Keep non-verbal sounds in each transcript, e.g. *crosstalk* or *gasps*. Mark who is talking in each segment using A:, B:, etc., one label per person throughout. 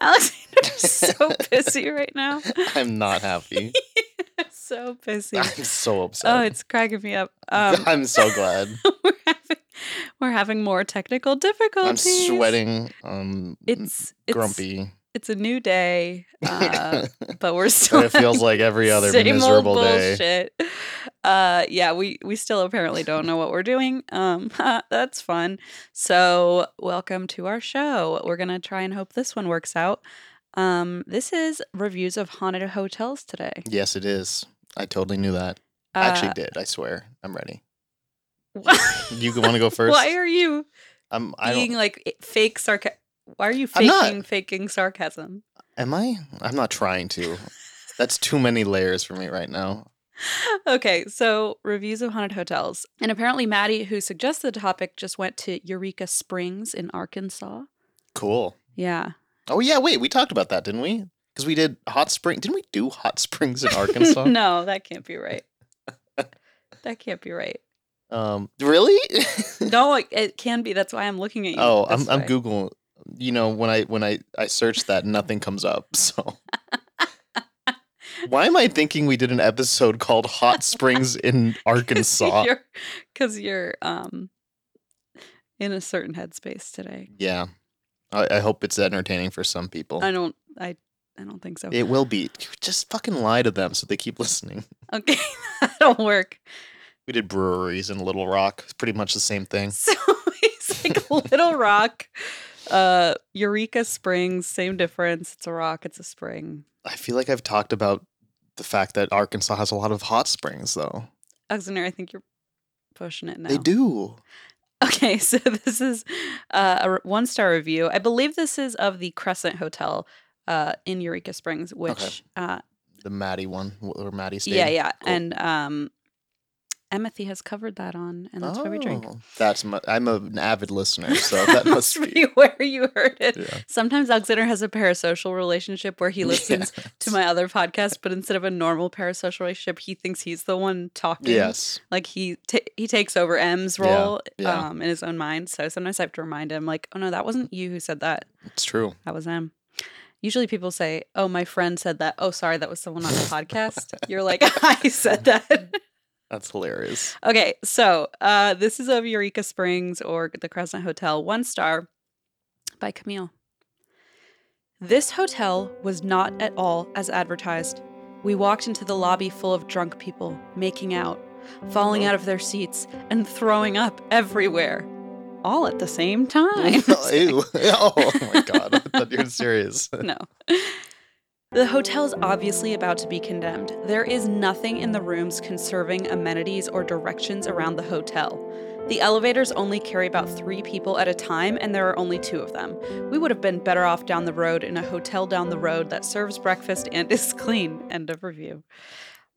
A: Alexander's so busy right now.
B: I'm
A: *laughs*
B: not happy.
A: So
B: *laughs*
A: busy.
B: I'm so upset.
A: Oh, it's cracking me up.
B: *laughs*
A: Um, *laughs* oh,
B: I'm so glad.
A: we're having we're having more technical
B: I'm
A: difficulties.
B: sweating. Um,
A: It's, it's
B: grumpy.
A: It's a new
B: *laughs*
A: day, uh, but we're still.
B: And it feels
A: *laughs*
B: like every
A: on
B: other
A: same
B: miserable
A: old
B: day.
A: bullshit. Uh, yeah, we we still apparently don't know what we're doing. Um, *laughs* that's fun. So welcome to our show. We're gonna try and hope this one works out. Um, this is reviews of haunted hotels today.
B: Yes, it is. I totally knew that.
A: Uh,
B: I actually did. I swear. I'm ready.
A: Why,
B: You want to go
A: *laughs*
B: first?
A: why are you
B: I'm. I
A: being
B: don't.
A: like i- fake sarcasm? Why are you
B: I'm not.
A: faking faking sarcasm?
B: Am I? I'm not trying to. That's too many layers for me right now.
A: Okay, so reviews of haunted hotels, and apparently Maddie, who suggested the topic, just went to Eureka Springs in Arkansas.
B: Cool.
A: Yeah,
B: Oh yeah. Wait. We talked about that, didn't we? Because we did hot spring. Didn't we do hot springs in
A: *laughs*
B: Arkansas?
A: no, that can't be right. that can't be right.
B: Um. Really? *laughs*
A: No, it, it can be. That's why I'm looking at you.
B: Oh,
A: this
B: I'm I'm
A: way. *laughs*
B: Googling. You know, when I when I I search that, nothing comes up. *laughs* So why am I thinking we did an episode called
A: *laughs*
B: "Hot Springs in Arkansas"?
A: because you're, um in a certain headspace today.
B: yeah, I, I hope it's entertaining for some people.
A: I don't. I I don't think so.
B: It will be. Just fucking lie to them so they keep listening. *laughs*
A: okay, *laughs* that'll work.
B: We did breweries in Little Rock. It's pretty much the same *laughs* thing.
A: So it's like Little Rock, uh, Eureka Springs. Same difference. It's a rock. It's a spring.
B: I feel like I've talked about the fact that Arkansas has a lot of hot springs, though.
A: Alexander, I think you're pushing it now.
B: They do.
A: Okay, *laughs* so this is uh, a one star review. I believe this is of the Crescent Hotel uh, in Eureka Springs, which, uh,
B: The Maddie one, where Maddie stayed.
A: yeah, yeah.
B: Cool.
A: And um, Emmethy has covered that on, and that's where we drink.
B: Oh, That's my, I'm a- an avid
A: *laughs*
B: listener, so that must be.
A: where you heard it.
B: *laughs* Yeah.
A: Sometimes Alexander has a parasocial relationship
B: *laughs*
A: where he listens to my other podcast, but instead of a normal parasocial relationship, he thinks he's the one talking.
B: Yes.
A: like he ta he takes over M's
B: Yeah,
A: role
B: yeah.
A: um in his own mind. So sometimes I have to remind him like, "Oh no, that wasn't you who said that.
B: It's true.
A: That was M." Usually people say, "Oh, my friend said that." "Oh, sorry, that was someone on the podcast." You're like, *laughs* "I said that."
B: That's
A: *laughs*
B: hilarious.
A: okay, so uh this is of Eureka Springs or the Crescent Hotel, 1 star by Camille. This hotel was not at all as advertised. We walked into the lobby full of drunk people, making out, falling out of their seats, and throwing up everywhere, all at the same time. *laughs*
B: *laughs* Ew. Oh my god. I thought you were serious.
A: no. The hotel's obviously about to be condemned. There is nothing in the rooms conserving amenities or directions around the hotel. The elevators only carry about three people at a time, and there are only two of them. We would have been better off down the road in a hotel down the road that serves breakfast and *laughs* is clean. End of review.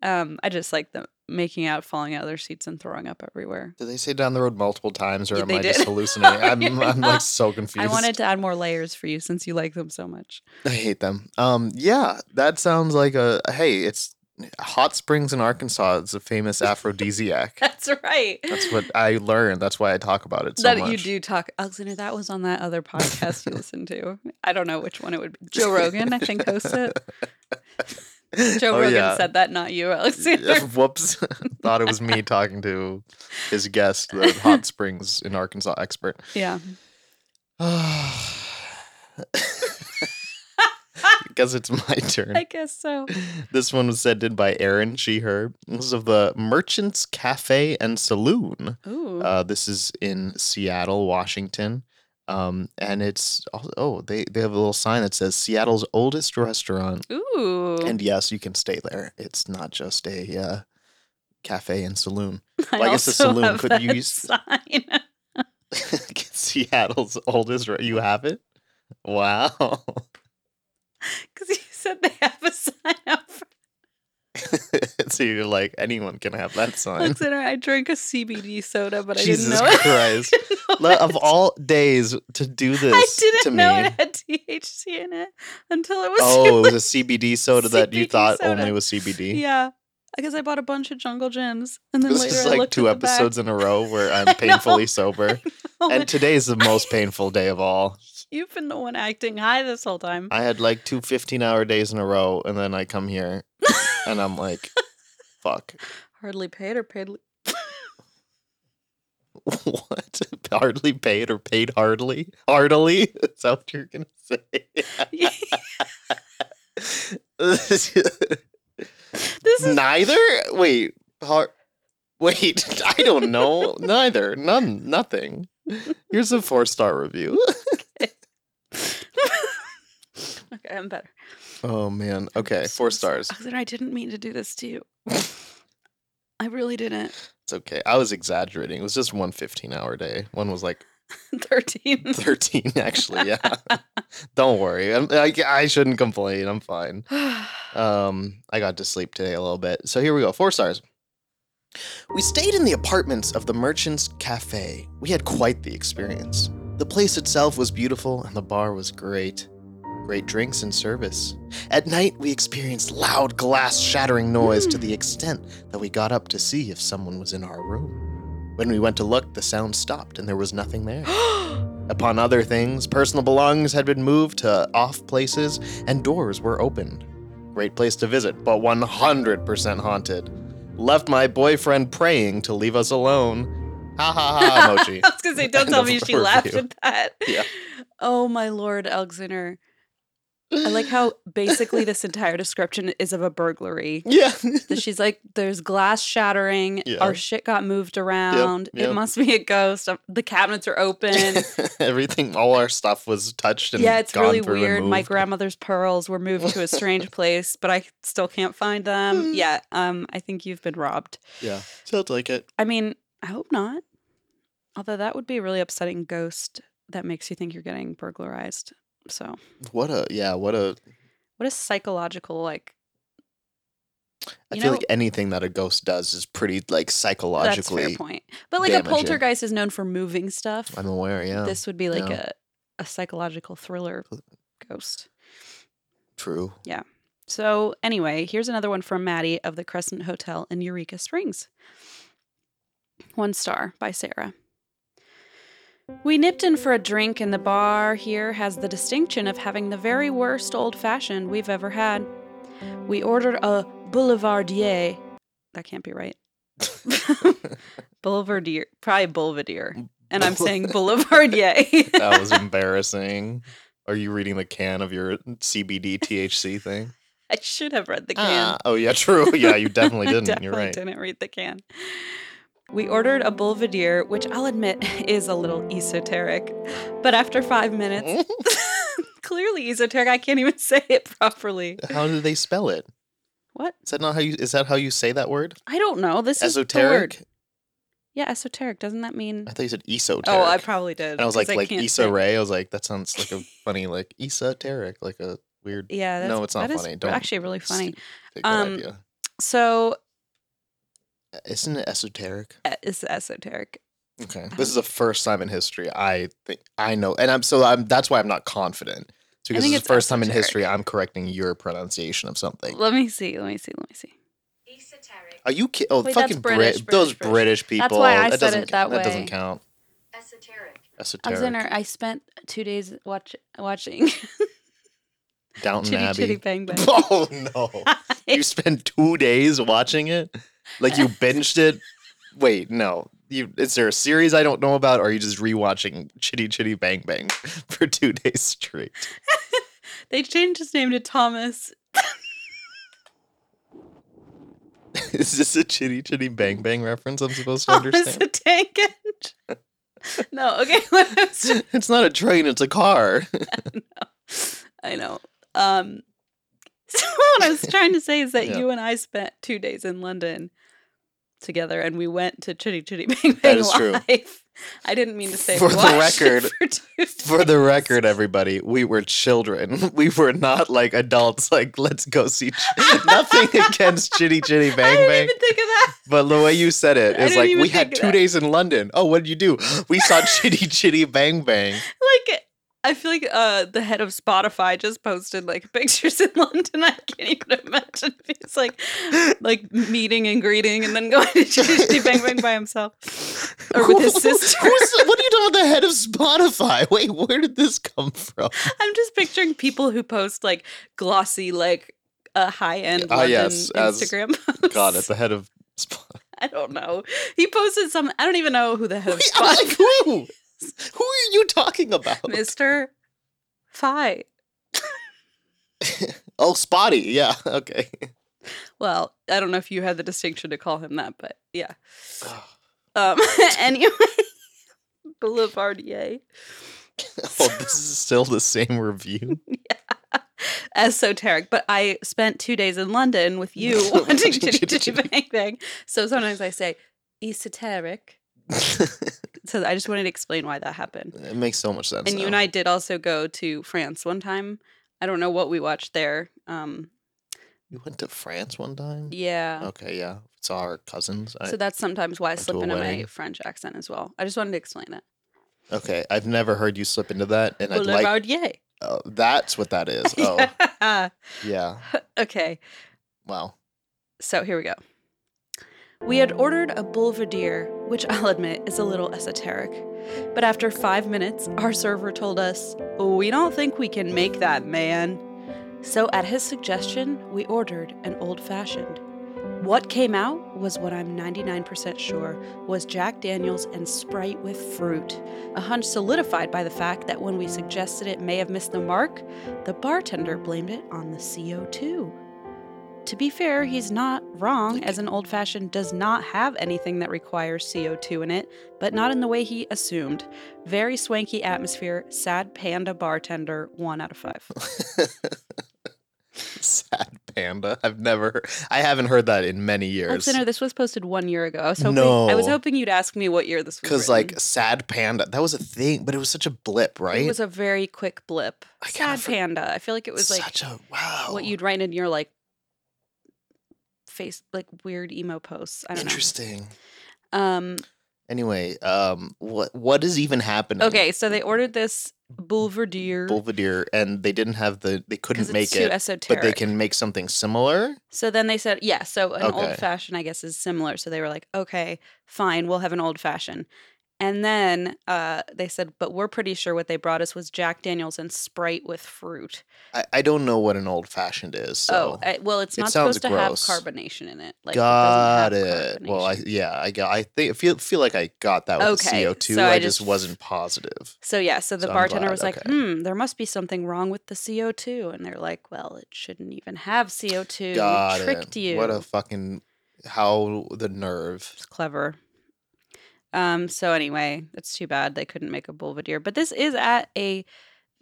A: Um, I just like them making out, falling out of their seats, and throwing up everywhere.
B: Did they say down the road multiple times, or
A: Yeah,
B: am
A: they
B: I just
A: did. *laughs*
B: hallucinating? I'm,
A: You're
B: I'm
A: not.
B: like so confused.
A: I wanted to add more layers for you since you like them so much.
B: I hate them. Um, yeah, that sounds like a hey. It's hot springs in Arkansas. It's a famous aphrodisiac.
A: *laughs* That's right.
B: That's what I learned. That's why I talk about it so
A: that
B: much.
A: you do talk, Alexander. That was on that other
B: *laughs*
A: podcast you listened to. I don't know which one it would be. Joe Rogan, I think, hosts
B: *laughs*
A: it. Joe
B: Oh,
A: Rogan
B: yeah.
A: said that, not you,
B: Yeah,
A: Alexander.
B: *laughs* Whoops. Thought it was me talking to his guest, the
A: *laughs*
B: hot springs in Arkansas expert. *sighs*
A: yeah.
B: Because it's my turn.
A: I guess so.
B: This one was edited by Erin, she, her. This is of the Merchants Cafe and Saloon.
A: Ooh.
B: Uh, this is in Seattle, Washington. Um, and it's, al- oh, they, they have a little sign that says Seattle's oldest restaurant.
A: Ooh.
B: And yes, you can stay there. It's not just a uh, cafe and saloon.
A: *laughs* I,
B: Well, I guess the
A: also
B: saloon
A: have
B: could
A: that *laughs*
B: use-
A: sign.
B: *laughs* Seattle's oldest. Ro- you have it? Wow. *laughs*
A: Because you said they have a sign out
B: *laughs*
A: front.
B: so you're like anyone can have that sign.
A: Alexander, I drank a CBD soda, but
B: Jesus
A: I didn't know
B: Christ!
A: it. *laughs* I didn't know
B: Le- of all days to do this
A: I
B: to
A: didn't
B: me.
A: know it had THC in it until it was.
B: Oh, it was a CBD soda that you
A: CBD
B: thought
A: soda.
B: only was CBD.
A: yeah. I guess I bought a bunch of Jungle Gyms, and then
B: This
A: later
B: is
A: I
B: like
A: looked
B: two
A: at the back. *laughs*
B: episodes in a row where
A: I
B: I'm
A: know.
B: painfully sober.
A: Oh,
B: And
A: and
B: today is
A: *laughs*
B: the most painful day of all.
A: you've been the one acting high this whole time.
B: I had like two 15 hour days in a row, and then I come here and I'm like, fuck.
A: Hardly paid or paid.
B: *laughs*
A: li-
B: What? Hardly paid or paid hardly? Hardly? Is that what you're going to say?
A: *laughs* this is
B: Neither? Wait. Har- Wait, *laughs* I don't know. Neither. None. Nothing. Here's a four star review.
A: *laughs*
B: *laughs*
A: okay. I'm better.
B: Oh, man. Okay.
A: I'm so
B: Four
A: sorry.
B: stars.
A: Alexander, I didn't mean to do this to
B: *laughs*
A: you. I really didn't. *laughs*
B: It's okay. I was exaggerating. It was just one 15 hour day. One was like *laughs*
A: 13. *gasps*
B: 13, actually. Yeah. *laughs* Don't worry. I'm, I, I shouldn't complain. I'm fine. Um, I got to sleep today a little bit. So here we go. Four stars. We stayed in the apartments of the Merchant's Cafe. We had quite the experience. The place itself was beautiful and the bar was great. Great drinks and service. At night, we experienced loud glass shattering noise to the extent that we got up to see if someone was in our room. When we went to look, the sound stopped and there was nothing there. Upon other things, personal belongings had been moved to off places and doors were opened. Great place to visit, but 100% haunted. Left my boyfriend praying to leave us alone. Ha ha ha,
A: *laughs*
B: Mochi.
A: I was gonna say,
B: *laughs*
A: don't
B: End
A: tell
B: of
A: me she
B: review.
A: laughed at that.
B: *laughs* Yeah.
A: Oh my lord, Alexander. I like how basically this entire description is of a burglary.
B: *laughs* Yeah.
A: That She's like, there's glass shattering.
B: Yeah.
A: Our shit got moved around.
B: yep.
A: It must be a ghost. Um, The cabinets are
B: *laughs*
A: open.
B: Everything, all our stuff was touched and
A: yeah, it's
B: gone
A: really
B: through and
A: weird. My
B: moved.
A: grandmother's pearls were moved to a
B: *laughs*
A: strange place, but I still can't find them.
B: Mm.
A: Yeah, um, I think you've been robbed.
B: Yeah, sounds like it.
A: I mean, I hope not. Although that would be a really upsetting ghost that makes you think you're getting burglarized. So,
B: What a yeah, what a.
A: what a psychological like
B: I
A: You
B: feel
A: know-
B: like anything that a ghost does is pretty like
A: that's a fair
B: psychologically.
A: point. But like
B: damaging.
A: a poltergeist is known for moving stuff.
B: I'm aware. Yeah,
A: This would be like
B: yeah.
A: a a psychological thriller ghost.
B: true.
A: So, anyway, here's another one from Maddie of the Crescent Hotel in Eureka Springs. One star by Sarah. We nipped in for a drink, and the bar here has the distinction of having the very worst old fashioned we've ever had. We ordered a boulevardier. That can't be right. *laughs* boulevardier. Probably boulevardier. And I'm saying boulevardier. *laughs*
B: That was embarrassing. Are you reading the can of your CBD THC thing?
A: *laughs* I should have read the can.
B: Ah, oh yeah, true.
A: *laughs*
B: Yeah, you definitely
A: I
B: didn't. You're
A: definitely
B: right.
A: Didn't read the can. We ordered a Belvedere, which I'll admit *laughs* is a little esoteric, but after five minutes,
B: *laughs*
A: *laughs* clearly esoteric. I can't even *laughs* say it properly.
B: *laughs* how do they spell it?
A: What?
B: Is that not how you? Is that how you say that word?
A: I don't know. This is the word.
B: Esoteric.
A: Yeah, esoteric. Doesn't that mean?
B: I thought you said esoteric.
A: Oh, I probably did.
B: and I was
A: 'cause
B: like, like
A: can't
B: Issa
A: say-
B: Rae. I was like, that sounds like a funny, like esoteric, like a weird.
A: Yeah, that's,
B: No, it's not
A: that is
B: funny. Don't-
A: actually really funny.
B: stu- like, good
A: Um,
B: idea.
A: So
B: Isn't it esoteric?
A: e- it's esoteric.
B: Okay,
A: Uh-huh.
B: this is the first time in history I think I know, and I'm so I'm that's why I'm not confident. It's because
A: think
B: it's
A: it's
B: the first time in
A: esoteric.
B: history I'm correcting your pronunciation of something.
A: Let me see. Let me see. Let me see.
C: Esoteric.
B: Are you kidding? Oh,
A: Wait, that's
B: fucking
A: British,
B: British, those
A: British,
B: British
A: That's
B: people.
A: why I said
B: doesn't
A: it
B: ca-
A: that way.
B: doesn't count.
C: Esoteric.
B: Esoteric.
A: Alexander, I spent two days watch watching
B: Downton
A: Chitty Chitty
B: *laughs*
A: Bang
B: Abbey.
A: Bang.
B: Oh no!
A: *laughs*
B: you spent two days watching it, like you binged it. Wait, no. You, is there a series I don't know about, or are you just rewatching Chitty Chitty Bang Bang *laughs* for two days straight?
A: They changed his name to Thomas.
B: *laughs* Is this a Chitty Chitty Bang Bang reference I'm
A: *laughs*
B: supposed to
A: Thomas
B: understand?
A: the Tank Engine. *laughs* no, okay. *laughs* what I was doing-
B: *laughs* it's not a train, it's a car. *laughs*
A: I know. Um, *laughs* so what I was trying to say is that
B: *laughs* Yeah.
A: you and I spent two days in London together and we went to Chitty Chitty Bang Bang
B: That is true.
A: Live. I didn't mean to say
B: For the
A: watched it
B: record-
A: *laughs* for two
B: For the
A: days.
B: record, everybody, we were children. *laughs* We were not like adults. *laughs* Like, let's go see. Ch- *laughs* Nothing against Chitty
A: *laughs*
B: Chitty
A: *laughs* I
B: Bang
A: didn't
B: Bang.
A: even think of that.
B: But the way you said it
A: I
B: is
A: didn't
B: like
A: even
B: we had
A: think of
B: two
A: that.
B: days in London. Oh, what did you
A: *laughs*
B: do? We saw Chitty Chitty Bang Bang.
A: Like I feel like uh, the head of Spotify just posted like *laughs* pictures in London. I can't even imagine. if He's like like meeting and greeting and then going to
B: *laughs*
A: Chitty Chitty Bang Bang by himself *laughs* or with his
B: Who-
A: sister.
B: who's- *laughs* what are you talking about? The head of Spotify? *laughs* Wait, where did this
A: *laughs*
B: come from?
A: *laughs* I'm just picturing people who post like glossy like uh, high end
B: Ah,
A: London
B: yes, as-
A: Instagram.
B: God, at
A: posts.
B: the head of Spotify.
A: *laughs* I don't know. He posted some. I don't even know who the
B: *laughs*
A: head of
B: Wait, I'm
A: Spotify.
B: like, who? Who are you talking about?
A: Mister Fi.
B: Oh, Spotty. Yeah. *laughs* Okay.
A: Well, I don't know if you had the distinction to call him that, but yeah. Um, *laughs* anyway, Boulevardier,
B: Oh, this is still the same *laughs* review.
A: esoteric. But I spent two days in London with
B: *laughs*
A: you *laughs* watching Chitty Chitty Bang Bang. So sometimes I say esoteric.
B: it
A: So I just wanted to explain why that happened.
B: makes so much sense.
A: And you
B: now.
A: and I did also go to France one time. I don't know what we watched there. Um,
B: You went to France one time.
A: yeah.
B: Okay. Yeah. Saw our cousins. Oh, I-
A: So that's sometimes why I
B: to
A: slip
B: a
A: into my
B: wedding.
A: French accent as well. I just wanted to explain that.
B: okay. I've never heard you slip into that, and I'd like.
A: Boulevardier.
B: Oh, that's what
A: *laughs*
B: that is. Oh, yeah.
A: okay.
B: Wow. *laughs*
A: So here we go. We had ordered a boulevardier, which *laughs* I'll admit is a little esoteric. But after five minutes, our server told us, We don't think we can make that, man. So at his suggestion, we ordered an old fashioned. What came out was what I'm 99% sure was Jack Daniels and Sprite with fruit, a hunch solidified by the fact that when we suggested it may have missed the mark, the bartender blamed it on the CO2. To be fair, he's not wrong, as an old fashioned does not have anything that requires CO2 in it, but not in the way he assumed. Very swanky atmosphere, sad panda bartender, one out of five.
B: Sad panda. I've never. I haven't heard that in many years.
A: Alexander, this was posted one year ago. I was hoping, I was
B: No.
A: hoping you'd ask me what year this was.
B: Because
A: written.
B: like sad panda, that was a thing, but it was such a blip, right?
A: it was a very quick blip.
B: I kinda
A: Sad
B: for-
A: panda. I feel like it was like
B: such a wow.
A: what you'd write in your like face, like weird emo posts. I don't
B: Interesting.
A: know. Um,
B: Anyway, um, what what is even happening?
A: okay, so they ordered this Boulevardier.
B: Belvedere, and they didn't have the. They couldn't
A: it's
B: make
A: too
B: it,
A: esoteric.
B: but they can make something similar.
A: So then they said, yeah, so an
B: Okay.
A: old fashioned, I guess, is similar. So they were like, okay, fine, we'll have an old fashioned. And then uh, they said, but we're pretty sure what they brought us was Jack Daniels and Sprite with fruit.
B: I, I don't know what an old fashioned is. So.
A: oh, I, well, it's
B: it
A: not
B: sounds
A: supposed to
B: gross.
A: have carbonation in it. Like,
B: got
A: it. doesn't have
B: it. Well, I
A: carbonation.
B: yeah, I got. I think feel feel like I got that with
A: Okay,
B: the CO two.
A: so I
B: I just
A: just-
B: wasn't positive.
A: So yeah, so the
B: So I'm
A: bartender
B: glad,
A: was like,
B: okay.
A: "Hmm, there must be something wrong with the CO2," and they're like, "Well, it shouldn't even have CO2. We
B: got
A: tricked
B: it.
A: you."
B: What a fucking how the nerve.
A: It's clever. Um, so anyway, it's too bad they couldn't make a Boulevardier. But this is at a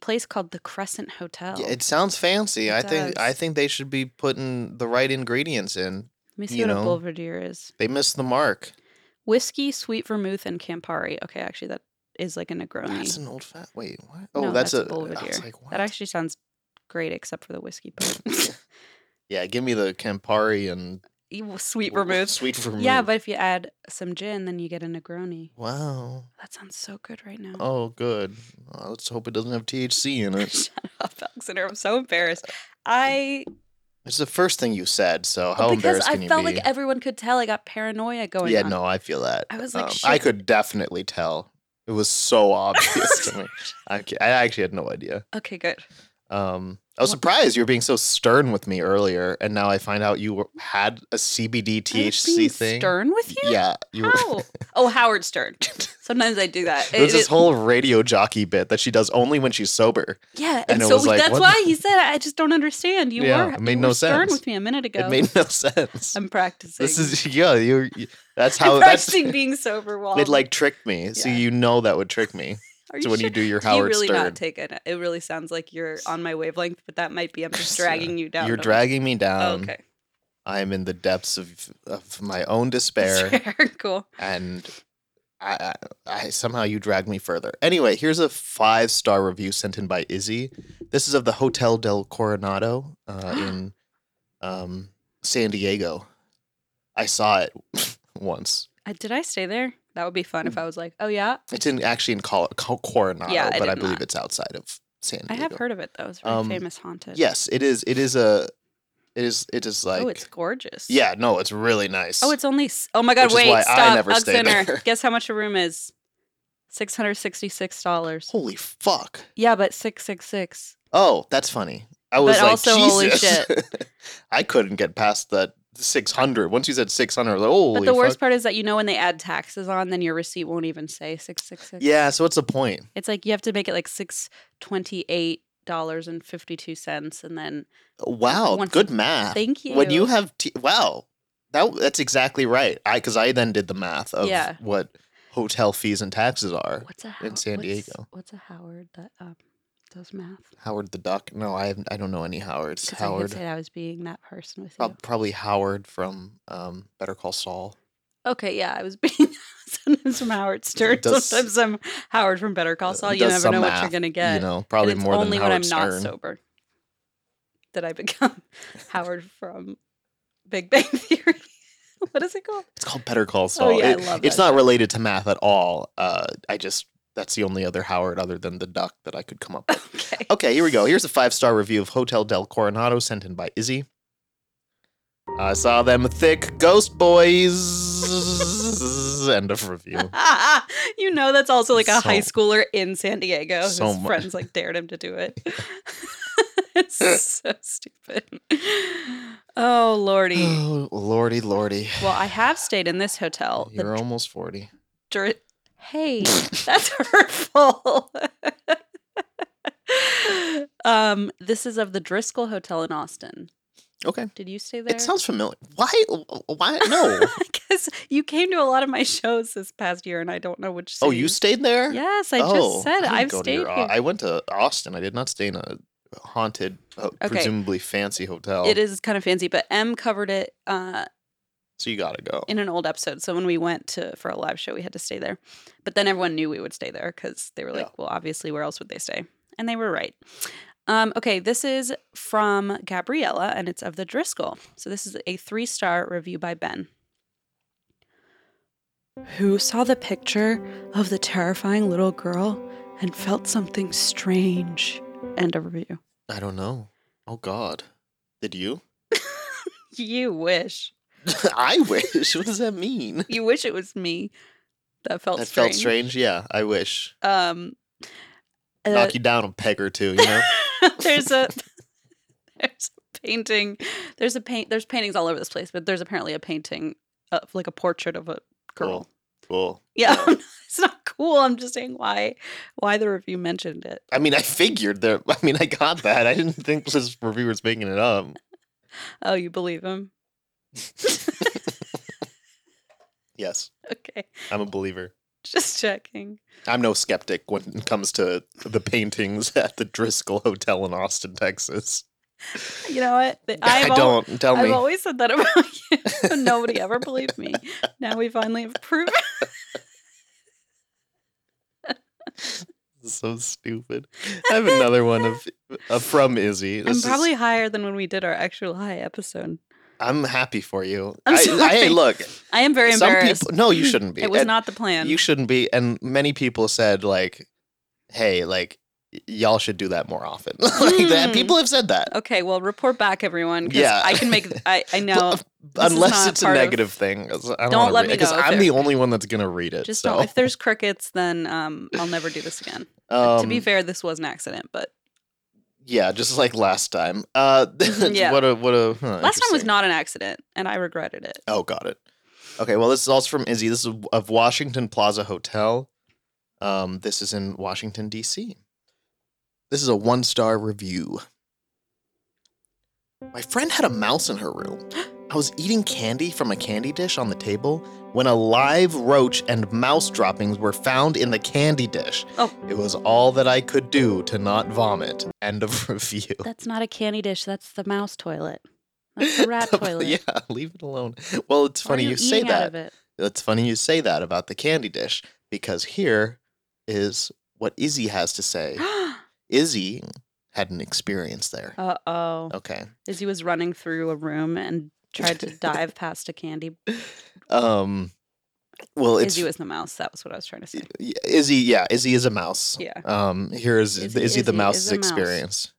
A: place called the Crescent Hotel.
B: Yeah, it sounds fancy.
A: It
B: I think I
A: does.
B: think they should be putting the right ingredients in.
A: Let me see
B: you
A: what a
B: know.
A: Boulevardier is.
B: They missed the mark.
A: Whiskey, sweet vermouth, and Campari. Okay, actually that is like a Negroni.
B: That's an old fat. Wait, what? Oh,
A: No,
B: that's,
A: that's
B: a. I
A: Belvedere.
B: was like, what?
A: that actually sounds great except for the whiskey
B: *laughs*
A: part. *laughs*
B: yeah, give me the Campari and
A: You- E, sweet
B: w-
A: vermouth.
B: Sweet vermouth.
A: Yeah, but if you add some gin, then you get a Negroni.
B: wow.
A: That sounds so good right *laughs* now.
B: Oh, good. Uh, let's hope it doesn't have THC in
A: *laughs*
B: it.
A: Shut up, Alexander. I'm so embarrassed. I
B: It's the first thing you said, so how
A: because
B: embarrassed
A: I
B: can you
A: felt
B: be?
A: like everyone could tell I got paranoia going
B: yeah,
A: on.
B: no, I feel that.
A: I
B: Um,
A: was like,
B: I
A: shit.
B: could definitely tell. It was
A: *laughs*
B: so obvious to me. I, ca- I actually had no idea.
A: Okay, good.
B: Um, I was
A: Wha-
B: surprised you were being so stern with me earlier, and now I find out you were, had a CBD
A: I was
B: THC
A: being
B: thing.
A: Stern with you?
B: Yeah, you were.
A: How? oh, Howard
B: *laughs*
A: Stern. Sometimes I do that.
B: There's
A: It-
B: this
A: it-
B: whole radio jockey bit that she does only when she's sober.
A: yeah, and,
B: and it
A: so
B: was like,
A: that's
B: what
A: why
B: the-
A: he said I just don't understand. You
B: Yeah,
A: were
B: it made
A: you
B: no
A: were stern
B: sense.
A: with me a minute ago.
B: It made no
A: *laughs*
B: sense.
A: I'm practicing. *laughs*
B: this is yeah. You. you- That's
A: I'm
B: how that's
A: practicing being
B: *laughs*
A: sober while
B: it like tricked me. So
A: Yeah.
B: you know that would trick me.
A: Are
B: so when
A: sure?
B: you do your
A: Did
B: Howard
A: you really
B: Stern,
A: not take it. It really sounds like you're on my wavelength, but that might be I'm just
B: Yeah.
A: dragging you down.
B: you're um,
A: a- Oh,
B: dragging me down.
A: okay. *laughs*
B: I am in the depths of, of my
A: *laughs*
B: own despair.
A: cool.
B: and I, I, I somehow you dragged me further. Anyway, here's a five star review sent in by Izzy. This is of the Hotel del Coronado
A: *gasps*
B: uh, in um, San Diego. I saw it *laughs* once.
A: Uh, Did I stay there? That would be fun
B: Hmm.
A: if I was like, oh yeah,
B: It's in actually in Col- Col- Coronado,
A: Yeah, I
B: but I
A: did
B: believe
A: not.
B: it's outside of San Diego.
A: I have heard of it though. It's very
B: Um,
A: famous haunted.
B: Yes, it is. It is a. It is. It is like.
A: oh, it's gorgeous.
B: yeah. No, it's really nice.
A: Oh, it's only. s- Oh my God!
B: Which is
A: wait,
B: why I
A: stop.
B: never
A: Ugg
B: stayed
A: Center.
B: there.
A: *laughs* Guess how much a room is? Six hundred sixty-six dollars.
B: holy fuck.
A: Yeah, but six six six.
B: Oh, that's funny. I was like,
A: also, holy
B: Jesus. *laughs* I couldn't get past that 600. Once you said 600, I was like, holy
A: But the worst
B: fuck.
A: part is that you know when they add taxes on, then your receipt won't even say six six six.
B: Yeah, so what's the point?
A: It's like you have to make it like six twenty-eight dollars and fifty-two cents, and then
B: Wow,
A: Once-
B: good math.
A: thank you.
B: Ah. When you have, t- wow, that, that's exactly right. I Because I then did the math of
A: Yeah.
B: what hotel fees and taxes are.
A: what's a How-
B: in San
A: what's-
B: Diego.
A: What's a Howard that um, does math?
B: Howard the Duck. No, I haven't- I don't know any Howards.
A: Because I could
B: Howard. Oh,
A: say I was being that person with
B: prob- Probably Howard from um, Better Call Saul.
A: you. Okay, yeah, I was *laughs* being sometimes from Howard Stern,
B: Does-
A: sometimes I'm Howard from Better Call
B: Uh,
A: Saul. You
B: does
A: never
B: some
A: know what you're
B: math,
A: gonna get.
B: You know,
A: And
B: probably
A: it's
B: more
A: only
B: than
A: when
B: Howard
A: I'm not
B: Stern.
A: sober that I become *laughs* Howard from Big Bang Theory. *laughs* what is it called?
B: It's called Better Call Saul.
A: Oh, yeah, I
B: It-
A: love
B: it's
A: that
B: not related to math at all. Uh, I just that's the only other Howard other than the duck that I could
A: *laughs*
B: come up with.
A: Okay.
B: Okay, here we go. Here's a five star review of Hotel Del Coronado sent in by Izzy. I saw them thick ghost boys. *laughs* End of review.
A: *laughs* you know that's also like a high
B: So-
A: schooler in San Diego whose
B: so mu-
A: friends like dared him to do
B: *laughs*
A: it. *laughs* it's so stupid. Oh
B: *sighs*
A: lordy.
B: Oh, lordy, lordy.
A: well, I have stayed in this hotel. The
B: You're almost 40.
A: dir-
B: *laughs*
A: hey, that's hurtful. um, this is of the Driscoll Hotel in Austin.
B: Okay.
A: Did you stay there? *laughs*
B: It sounds familiar. Why? Why? No.
A: because you came to a lot of my shows this past year, and I don't know which.
B: oh, you
A: city.
B: stayed there?
A: Yes, I
B: oh,
A: just said
B: didn't
A: I've
B: go to
A: stayed
B: your-
A: here.
B: I went to Austin. I did not stay in a haunted, uh,
A: Okay.
B: presumably fancy hotel.
A: It is kind of fancy, but M covered it uh,
B: So you gotta go.
A: in an old episode. So when we went to for a live show, we had to stay there. But then everyone knew we would stay there because they were like,
B: Yeah.
A: "Well, obviously, where else would they stay?" And they were right. Um, okay, this is from Gabriella, and it's of the Driscoll. So this is a three-star review by Ben. Who saw the picture of the terrifying little girl and felt something strange? End of review.
B: I don't know. Oh God. Did you? *laughs*
A: You wish.
B: I wish. What does that mean?
A: you wish it was me that *laughs* felt
B: that
A: strange.
B: felt strange. Yeah, I wish.
A: Um, uh,
B: Knock you down a peg or two.
A: *laughs*
B: You know.
A: there's a *laughs* there's a painting. There's a paint. There's paintings all over this place, but there's apparently a painting of like a portrait of a girl.
B: Cool. Cool.
A: Yeah, *laughs* it's not cool. I'm just saying why why the review mentioned it.
B: I mean, I figured there. *laughs* I mean, I got that. I didn't think this reviewer was making it up.
A: Oh, you believe him? *laughs*
B: Yes,
A: Okay,
B: I'm a believer.
A: just checking.
B: I'm no skeptic when it comes to the paintings *laughs* at the Driscoll Hotel in Austin, Texas.
A: You know what? Th- I've
B: *laughs*
A: al-
B: I don't. tell
A: I've
B: me.
A: always said that about *laughs* you, but
B: *laughs*
A: nobody ever believed me. Now we finally have proof.
B: so stupid. I have another one of uh, from Izzy.
A: I'm
B: This
A: *laughs*
B: is-
A: probably higher than when we did our actual high episode.
B: I'm happy for you.
A: *laughs* I'm
B: I- I-
A: sorry.
B: hey, look.
A: I am very
B: Some
A: embarrassed.
B: people. No, you shouldn't
A: *laughs*
B: be.
A: it was
B: And
A: not the plan.
B: You shouldn't be. And many people said like, "Hey, like, y- y'all should do that more often." *laughs* like that.
A: Mm.
B: People have said that.
A: okay, well, report back, everyone. 'cause
B: Yeah.
A: I can make. I
B: *laughs*
A: I know.
B: Well,
A: this is
B: Unless
A: not
B: it's a
A: part of-
B: negative thing, 'cause I don't,
A: Don't
B: wanna
A: let
B: read
A: me
B: it, 'cause
A: know if
B: I'm
A: they're-
B: the only one that's gonna read it.
A: Just
B: so.
A: don't. If there's crickets, then um, I'll never do this again. to be
B: Um,
A: fair, this was an accident, but
B: yeah, just like last time. Uh, *laughs*
A: *laughs* Yeah.
B: what a what a huh,
A: last time was
B: Oh, interesting.
A: not an accident, and I regretted it.
B: Oh, got it. Okay, well, this is also from Izzy. This is of Washington Plaza Hotel. Um, this is in Washington, D.C. This is a one star review. My friend had a mouse in her room. *gasps* I was eating candy from a candy dish on the table when a live roach and mouse droppings were found in the candy dish.
A: Oh.
B: It was all that I could do to not vomit. End of *laughs* review.
A: That's not a candy dish. That's the mouse toilet. That's
B: *laughs*
A: the rat toilet.
B: yeah, leave it alone. Well, it's
A: Why are
B: funny you, say
A: eating Out
B: that.
A: of it?
B: It's funny you say that about the candy dish because here is what Izzy has
A: *gasps*
B: to say. Izzy had an experience there.
A: uh oh.
B: Okay.
A: Izzy was running through a room and tried
B: *laughs*
A: to dive past a candy.
B: Um well, it's
A: Izzy was the mouse. That was what I was trying to say.
B: Y- Izzy, yeah, Izzy is a mouse.
A: Yeah.
B: Um, here is
A: Izzy-
B: Izzy, the
A: Izzy is
B: mouse's
A: a mouse.
B: experience.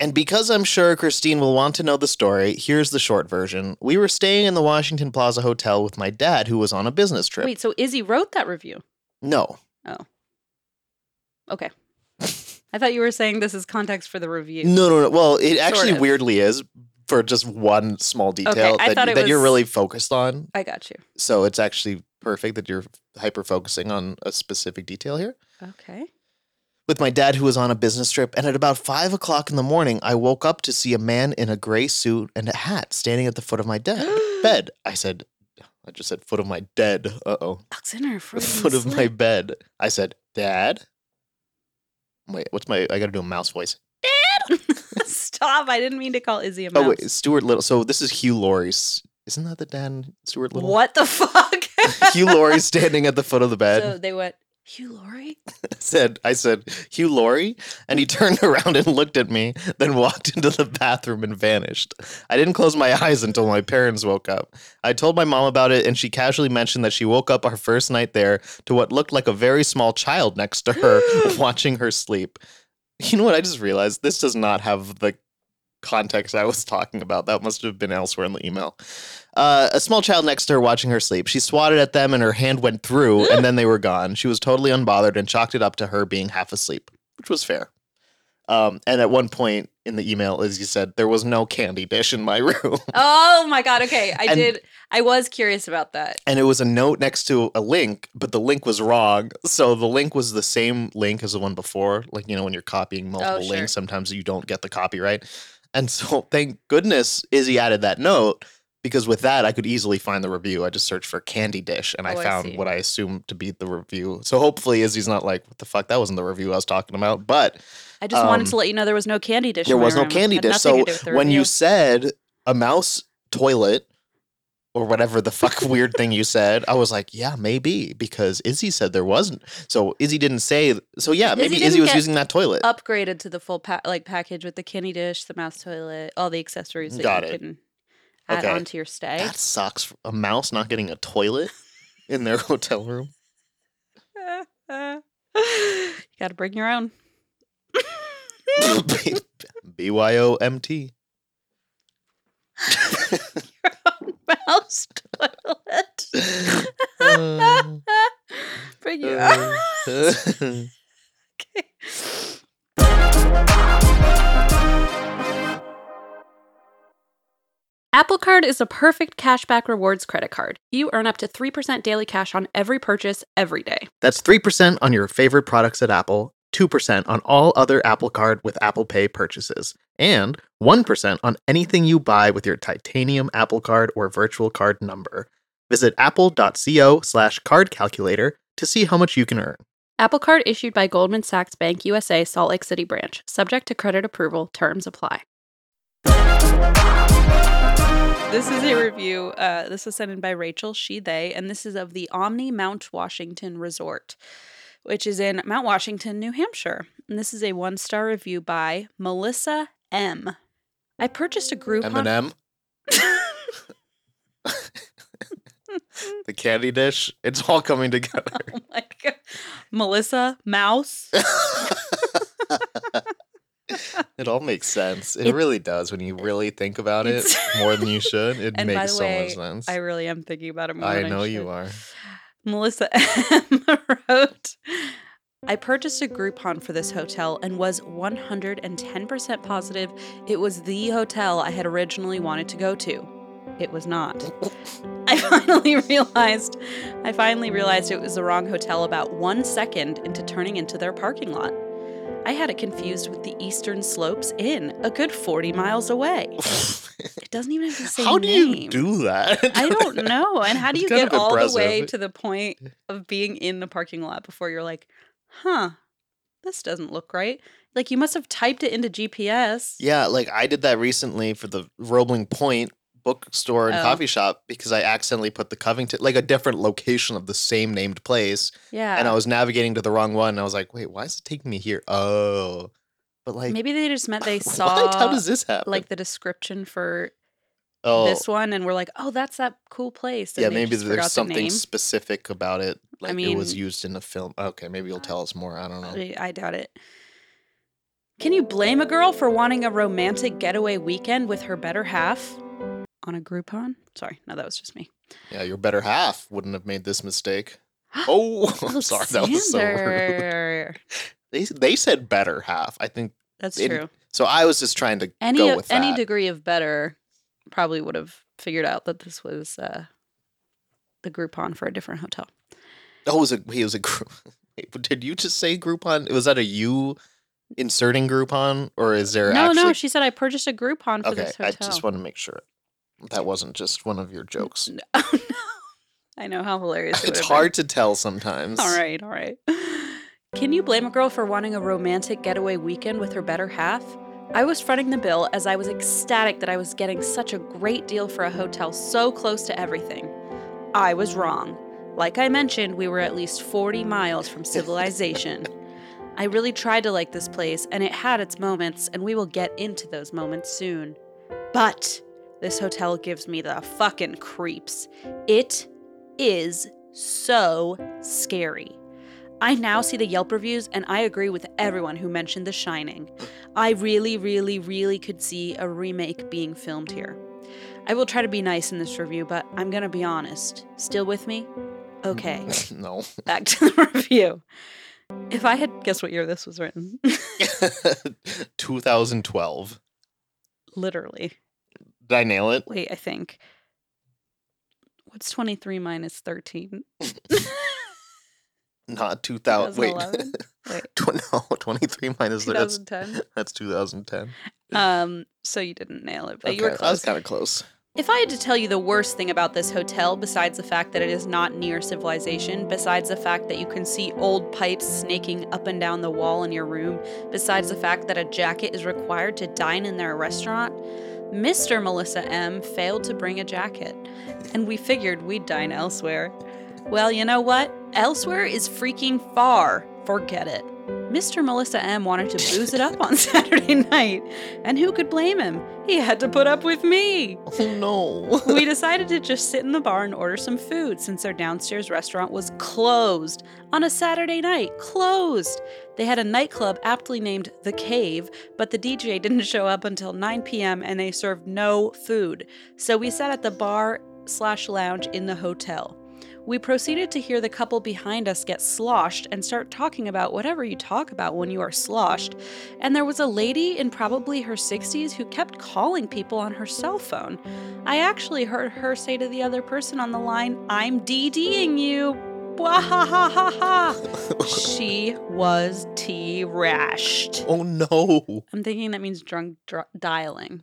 B: And because I'm sure Christine will want to know the story, here's the short version. We were staying in the Washington Plaza Hotel with my dad, who was on a business trip.
A: Wait, so Izzy wrote that review?
B: No.
A: Okay. I thought you were saying this is context for the review.
B: No, no, no. Well, it actually
A: of.
B: weirdly is for just one small detail
A: I
B: that,
A: thought
B: you-
A: it
B: that you're
A: was-
B: really focused on.
A: I got you.
B: So it's actually perfect that you're hyper focusing on a specific detail here.
A: Okay.
B: with my dad who was on a business trip, and at about five o'clock in the morning, I woke up to see a man in a gray suit and a hat standing at the foot of my de-
A: *gasps*
B: bed. I said, I just said foot of my dead. Uh *laughs* oh.
A: Alexander, foot
B: Foot of my bed. I said, Dad? Wait, what's my, I gotta do a mouse voice.
A: *laughs* Stop! I didn't mean to call Izzy a mouse.
B: Oh, wait, Stuart Little. So this is Hugh Laurie's. Isn't that the dad in Stuart Little?
A: What the fuck?
B: *laughs*
A: *laughs*
B: Hugh Laurie standing at the foot of the bed.
A: So they went. Hugh
B: *laughs*
A: Laurie.
B: said I said Hugh Laurie, and he *laughs* turned around and looked at me, then walked into the bathroom and vanished. I didn't close my eyes until my parents woke up. I told my mom about it, and she casually mentioned that she woke up our first night there to what looked like a very small child next to her *laughs* watching her sleep. You know what? I just realized this does not have the context I was talking about. That must have been elsewhere in the email. Uh, a small child next to her watching her sleep. She swatted at them and her hand went through, and then they were gone. She was totally unbothered and chalked it up to her being half asleep, which was fair. Um, and at one point in the email, as you said, there was no candy dish in my *laughs* room.
A: Oh my god. Okay, I
B: And-
A: did. I was curious about that.
B: And it was a note next to a link, but the link was wrong. So the link was the same link as the one before. Like, you know, when you're copying multiple
A: Oh, sure.
B: links, sometimes you don't get the copyright. And so *laughs* thank goodness Izzy added that note because with that, I could easily find the review. I just searched for Candy Dish and I
A: Oh, I
B: found
A: see.
B: what I assumed to be the review. So hopefully Izzy's not like, what the fuck? That wasn't the review I was talking about. But
A: I just wanted
B: Um,
A: to let you know there was no candy dish.
B: there
A: in my
B: was no
A: room.
B: candy
A: Had
B: dish.
A: nothing
B: So
A: to do with the
B: when
A: review.
B: you said a mouse toilet or whatever the fuck *laughs* weird thing you said, I was like, yeah, maybe because Izzy said there wasn't. So Izzy didn't say. So yeah,
A: Izzy
B: maybe Izzy,
A: didn't
B: was
A: get
B: using that toilet.
A: upgraded to the full pa- like package with the candy dish, the mouse toilet, all the accessories that
B: Got
A: you
B: it.
A: can add
B: Okay.
A: on to your stay.
B: That sucks. A mouse not getting a toilet *laughs* in their hotel room.
A: *laughs* you got to bring your own. *laughs* *laughs*
B: BYOMT.
A: your own mouse *laughs* toilet. *laughs*
B: Uh,
A: bring your own.
B: uh, *laughs*
A: Okay. Apple Card is a perfect cashback rewards credit card. You earn up to 3% daily cash on every purchase every day.
B: That's 3% on your favorite products at Apple, 2% on all other Apple Card with Apple Pay purchases, and 1% on anything you buy with your titanium Apple Card or virtual card number. Visit apple.co slash card calculator to see how much you can earn.
A: Apple Card issued by Goldman Sachs Bank USA Salt Lake City branch. Subject to credit approval. Terms apply. This is a review. Uh, this was sent in by Rachel She They, and this is of the Omni Mount Washington Resort, which is in Mount Washington, New Hampshire. And this is a one star review by Melissa M. I purchased a Groupon.
B: M, *laughs* the candy dish, it's all coming together.
A: oh *laughs* my god, Melissa Mouse.
B: it all makes sense.
A: It-
B: really does when you really think about
A: It's- *laughs*
B: should. It
A: And by the way,
B: sense.
A: I really am thinking about it more.
B: I
A: than
B: know you
A: should.
B: are. *laughs*
A: Melissa M. wrote I purchased a Groupon for this hotel and was 110% positive it was the hotel I had originally wanted to go to. It was not. I *laughs* finally realized I finally realized it was the wrong hotel about 1 second into turning into their parking lot. I had it confused with the Eastern Slopes Inn, a good 40 miles away. It doesn't even have the *laughs* same
B: How do you
A: name.
B: do that?
A: I
B: *laughs*
A: don't know. And how do
B: It's
A: you
B: kind
A: get
B: of
A: all the
B: impressive.
A: way to the point of being in the parking lot before you're like, huh, this doesn't look right. Like you must have typed it into GPS.
B: Yeah, like I did that recently for the Roebling Point bookstore and
A: Oh.
B: coffee shop because I accidentally put the Covington, like a different location of the same named place,
A: Yeah.
B: and I was navigating to the wrong one. And I was like, wait, why is it taking me here? Oh, but like, *laughs*
A: Maybe they just meant they
B: what? How
A: saw
B: does this happen?
A: like the description for
B: oh,
A: this one and we're like, oh, that's that cool place. and
B: yeah,
A: they
B: maybe
A: just forgot
B: there's
A: the
B: something
A: name.
B: specific about it. Like it was
A: mean-
B: used in a film. Okay, maybe you'll tell us more. I don't know.
A: I I doubt it. Can you blame a girl for wanting a romantic getaway weekend with her better half? On a Groupon? Sorry, no, that was just me.
B: Yeah, your better half wouldn't have made this mistake.
A: *gasps*
B: Oh, *laughs* I'm sorry, that was so rude.
A: Alexander.
B: They they said better half. I think
A: *laughs* That's
B: In-
A: true.
B: so. I was just trying to
A: Any
B: go with
A: any
B: that.
A: degree of better probably would have figured out that this was uh, the Groupon for a different hotel.
B: Oh, it was a he was a *laughs* group. Did you just say Groupon? Was that a you inserting Groupon, or is there
A: no,
B: actually?
A: no, she said I purchased a Groupon for
B: okay,
A: this
B: I
A: hotel.
B: just want to make sure that wasn't just one of your jokes.
A: Oh, no. I know how hilarious. It would
B: *laughs* it's
A: have been.
B: hard to tell sometimes.
A: All right, all right. *laughs* Can you blame a girl for wanting a romantic getaway weekend with her better half? I was fronting the bill as I was ecstatic that I was getting such a great deal for a hotel so close to everything. I was wrong. Like I mentioned, we were at least 40 miles from civilization. I really tried to like this place, and it had its moments, and we will get into those moments soon. But this hotel gives me the fucking creeps. It is so scary. I now see the Yelp reviews and I agree with everyone who mentioned The Shining. I really, really, really could see a remake being filmed here. I will try to be nice in this review, but I'm gonna be honest. Still with me?
B: *laughs*
A: Okay,
B: *laughs* no.
A: back to the review. If I had guess what year this was written, *laughs*
B: *laughs* 2012.
A: literally.
B: Did I nail it?
A: Wait, I think. What's 23 minus 13?
B: Not 2000. Wait. *laughs*
A: 2011? Wait,
B: Tw- no, 23 minus the- that's
A: 2010?
B: that's 2010.
A: Um, so you didn't nail it, but
B: okay,
A: you were
B: I was
A: close.
B: kind of close.
A: If I had to tell you the worst thing about this hotel, besides the fact that it is not near civilization, besides the fact that you can see old pipes snaking up and down the wall in your room, besides the fact that a jacket is required to dine in their restaurant, Mr. Melissa M failed to bring a jacket, and we figured we'd dine elsewhere. Well, you know what? Elsewhere is freaking far. Forget it. Mr. Melissa M wanted to booze it up on *laughs* Saturday night, and who could blame him? He had to put up with me
B: Oh
A: *laughs*
B: no. *laughs*
A: we decided to just sit in the bar and order some food since their downstairs restaurant was closed on a Saturday night. Closed. They had a nightclub aptly named The Cave, but the DJ *laughs* didn't show up until 9 p.m. and they served no food. So we sat at the bar slash lounge in the hotel. We proceeded to hear the couple behind us get sloshed and start talking about whatever you talk about when you are sloshed. And there was a lady in probably her 60s who kept calling people on her cell phone. I actually heard her say to the other person on the line, I'm DDing you. Wahahaha. she was T rashed.
B: Oh no.
A: I'm thinking that means drunk dr- dialing.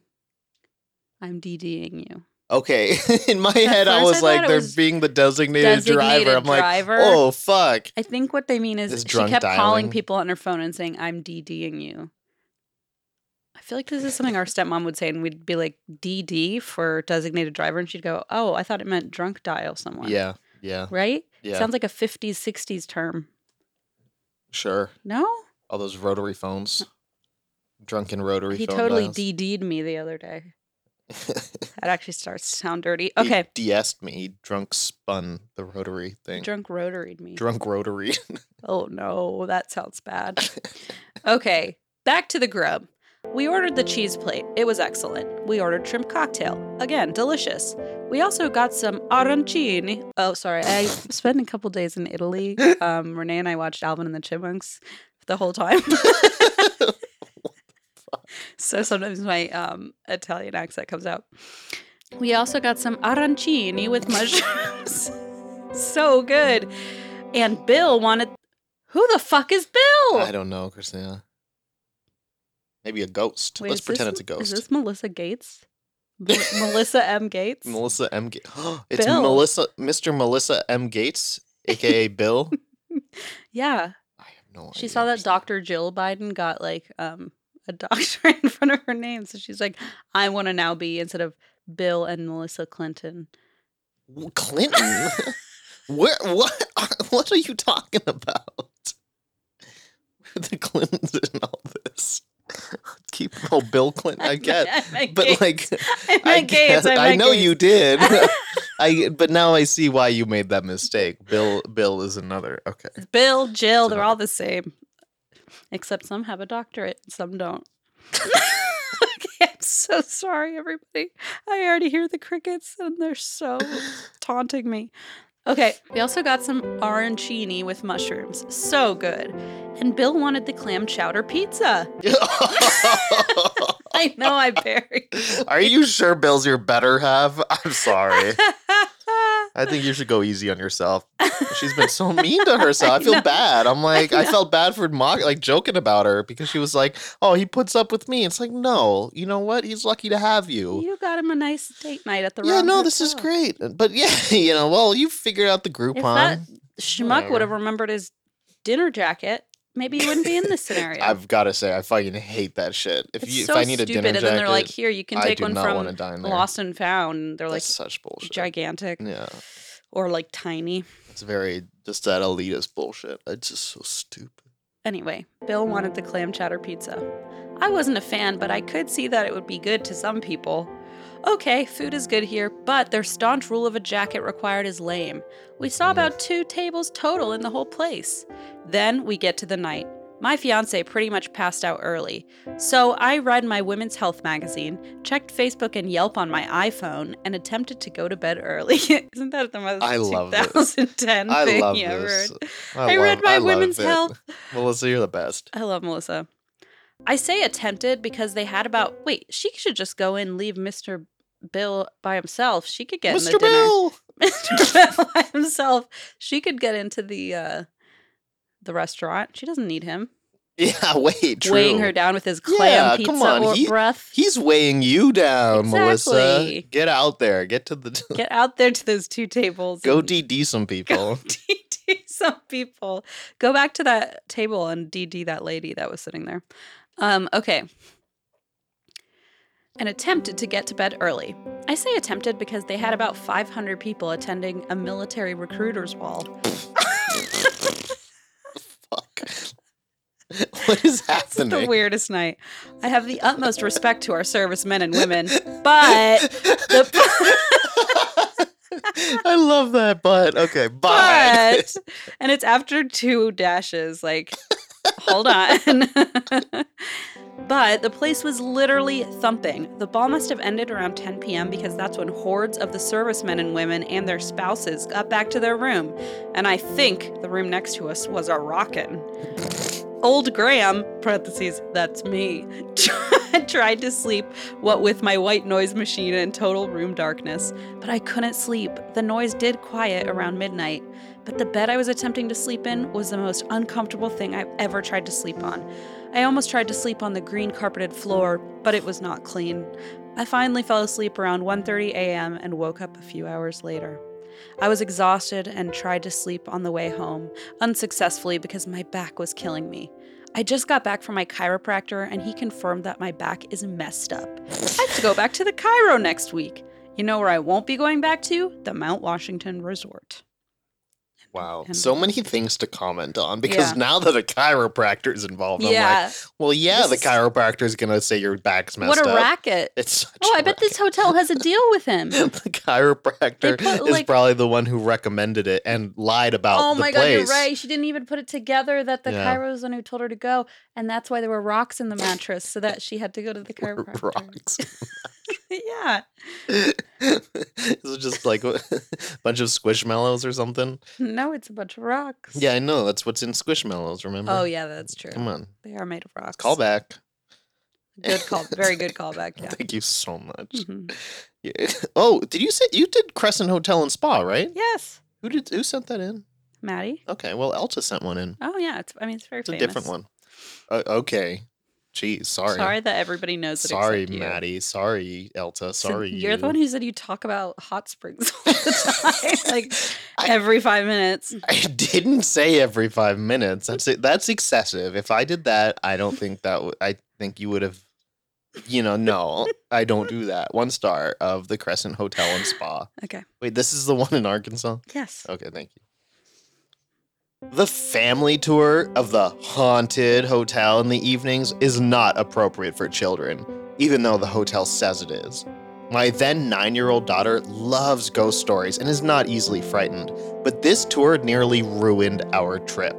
A: I'm DDing you.
B: Okay. *laughs* In my
A: At
B: head, I
A: first I
B: was
A: thought
B: like,
A: it
B: they're
A: was
B: being the designated,
A: Designated
B: driver. I'm like,
A: driver.
B: oh fuck.
A: I think what they mean is
B: This
A: she
B: drunk
A: kept calling
B: dialing.
A: people on her phone and saying, I'm DDing you. I feel like this is something our stepmom would say, and we'd be like, DD for designated driver. And she'd go, Oh, I thought it meant drunk dial someone.
B: Yeah. Yeah.
A: Right?
B: Yeah.
A: Sounds like a 50s, 60s term.
B: sure.
A: No?
B: All those rotary phones. Drunken rotary
A: He
B: phone
A: totally
B: dials.
A: DD'd me the other day.
B: *laughs* He
A: That actually starts to sound dirty. Okay.
B: DS'd me. He drunk spun the rotary thing.
A: Drunk rotoried me.
B: Drunk rotary.
A: Oh no, that sounds bad. okay, back to the grub. We ordered the cheese plate. It was excellent. We ordered shrimp cocktail. Again, delicious. We also got some arancini. Oh, sorry. I spent a couple days in Italy.
B: *laughs*
A: Um, Renee and I watched Alvin and the Chipmunks the whole
B: *laughs*
A: time. so sometimes my um, Italian accent comes out. We also got some arancini with mushrooms. *laughs* so good. And Bill wanted. Who the fuck is Bill?
B: I don't know, Christina. Maybe a ghost.
A: Wait,
B: Let's
A: is
B: pretend
A: this-
B: it's a ghost.
A: Is this Melissa Gates? Mel-
B: *laughs*
A: Melissa M. Gates?
B: Melissa M. Ga- *gasps* it's
A: Bill. *laughs*
B: Melissa, Mr. Melissa M. Gates, aka Bill.
A: yeah.
B: I have no
A: She
B: idea.
A: saw that Dr. Jill Biden got like um a *laughs* doctor in front of her name, so she's like, I want to now be instead of Bill and Melissa Clinton.
B: *laughs* W- Clinton. *laughs* Where? What? *laughs* What are you talking about? The Clintons in all this. *laughs* Keep oh Bill
A: *laughs*
B: Clinton. I get, but like *laughs*
A: I,
B: I,
A: meant Gates,
B: get- I
A: meant
B: know
A: Gates.
B: you did. *laughs*
A: *laughs*
B: I but now I see why you made that mistake. Bill Bill is another. Okay.
A: Bill, Jill,
B: It's
A: they're all the same. Except some have a doctorate, and some don't. *laughs* okay, I'm so sorry, everybody. I already hear the crickets, and they're
B: *laughs*
A: so taunting me. Okay, we also got some arancini with mushrooms. So good. And Bill wanted the clam chowder pizza. I know I buried. *laughs*
B: *laughs* Are you sure Bill's your better half? *laughs* I'm sorry.
A: it.
B: I think you should go easy on yourself. She's been so mean
A: *laughs*
B: to herself. I feel
A: know.
B: bad. I'm like,
A: I
B: I, felt bad for mock, like joking about her because she was like, "Oh, he puts up with me." It's like, no, you know what? He's lucky to have you.
A: you got him a nice date night at the
B: Oh. yeah,
A: Ron
B: no, this is
A: Hotel.
B: great. But yeah, *laughs* you know, well, you figured out the
A: If that
B: Groupon.
A: schmuck would have remembered his dinner jacket, maybe you wouldn't be in
B: *laughs*
A: this scenario.
B: I've got to say, I fucking hate that shit. If
A: it's
B: you,
A: so
B: if I need a
A: stupid,
B: dinner
A: and
B: jacket,
A: then they're like, "Here, you can
B: I
A: take
B: do
A: one
B: not want to
A: from
B: dine there.
A: Lost and Found." and They're
B: That's
A: like
B: such bullshit.
A: gigantic
B: yeah,
A: or like tiny.
B: it's very just that elitist bullshit. It's just so stupid.
A: Anyway, Bill wanted the clam chowder pizza. I wasn't a fan, but I could see that it would be good to some people. Okay, food is good here, but their staunch rule of a jacket required is lame. We saw about two tables total in the whole place. Then we get to the night. My fiance pretty much passed out early. So I read my women's health magazine, checked Facebook and Yelp on my iPhone, and attempted to go to bed early. *laughs* Isn't that the most
B: I love this.
A: 2010
B: I
A: thing
B: love
A: you ever
B: this.
A: heard?
B: I,
A: I read
B: love-
A: my
B: I love
A: women's
B: it.
A: health
B: Melissa, you're the best.
A: I love Melissa. I say attempted because they had about wait, she should just go in and leave Mr. Bill by himself. She could get in the *laughs*
B: Mr. Bill. *laughs*
A: dinner. Mr. Bill by himself. She could get into the uh the restaurant. She doesn't need him.
B: Yeah, wait. True.
A: Weighing her down with his clam
B: Yeah,
A: pizza
B: come on,
A: or
B: he-
A: breath.
B: He's weighing you down,
A: Exactly.
B: Melissa. Get out there. Get to the.
A: Get out there to those two tables.
B: go
A: and
B: DD some people.
A: *laughs* Go
B: *laughs*
A: DD some people. Go back to that table and DD that lady that was sitting there. Um, okay. And attempted to get to bed early. I say attempted because they had about 500 people attending a military recruiter's ball.
B: Fuck. What is
A: This is
B: happening?
A: the weirdest night. I have the utmost respect to our servicemen and women, but the *laughs*
B: I love that,
A: *laughs*
B: but okay, bye.
A: but *laughs* and it's after two dashes like hold on *laughs* but the place was literally thumping the ball must have ended around 10 p.m because that's when hordes of the servicemen and women and their spouses got back to their room and i think the room next to us was a rockin' Old Graham, parentheses, that's me, *laughs* tried to sleep, what with my white noise machine and total room darkness. But I couldn't sleep. The noise did quiet around midnight. But the bed I was attempting to sleep in was the most uncomfortable thing I've ever tried to sleep on. I almost tried to sleep on the green carpeted floor, but it was not clean. I finally fell asleep around 1:30 a.m. and woke up a few hours later. I was exhausted and tried to sleep on the way home, unsuccessfully because my back was killing me. I just got back from my chiropractor and he confirmed that my back is messed up. I have to go back to the Cairo next week. You know where I won't be going back to? The Mount Washington Resort.
B: Wow,
A: And-
B: so many things to comment on because
A: Yeah.
B: now that a chiropractor is involved, I'm like, well, yeah,
A: This
B: the
A: is-
B: chiropractor is gonna say your back's messed
A: What a
B: up.
A: racket.
B: It's such
A: Oh,
B: a
A: I bet this hotel has a deal with
B: *laughs*
A: him.
B: racket. the chiropractor
A: They put,
B: is
A: like-
B: probably the one who recommended it and lied about.
A: Oh
B: the
A: my god,
B: place.
A: you're right. She didn't even put it together that the
B: Yeah.
A: Cairo's one who told her to go, and that's why there were rocks in the mattress, so that she had to go to
B: *laughs*
A: the chiropractor.
B: Rocks.
A: *laughs*
B: *laughs*
A: yeah.
B: this is just like a *laughs* bunch of squishmallows or something.
A: No, it's a bunch of rocks.
B: Yeah, I know. That's what's in squishmallows. Remember?
A: Oh yeah, that's true.
B: Come on,
A: They are made of rocks.
B: call back.
A: Good call. Very
B: *laughs*
A: good callback. Yeah.
B: Thank you so much.
A: Mhm.
B: Yeah. *laughs* Oh, did you say you did Crescent Hotel and Spa, right?
A: Yes,
B: Who did who sent that in?
A: Maddie.
B: Okay, well Elta sent one in.
A: Oh yeah, it's. I mean, it's very
B: It's a
A: famous.
B: different one. Uh, okay. Geez, sorry.
A: Sorry that everybody knows it.
B: Sorry,
A: except you.
B: Maddie. Sorry, Elta.
A: So
B: Sorry,
A: you're
B: you.
A: the one who said you talk about hot springs all
B: *laughs*
A: the time, *laughs* like
B: I- Mm.
A: every five minutes.
B: I didn't say every five minutes. That's it. That's excessive. If I did that, I don't think that. W- I think you would have. You know, no, I don't do that. One star of the Crescent Hotel and Spa.
A: Okay.
B: Wait, this is the one in Arkansas.
A: Yes.
B: Okay, thank you. The family tour of the haunted hotel in the evenings is not appropriate for children, even though the hotel says it is. My then nine year old daughter loves ghost stories and is not easily frightened, but this tour nearly ruined our trip.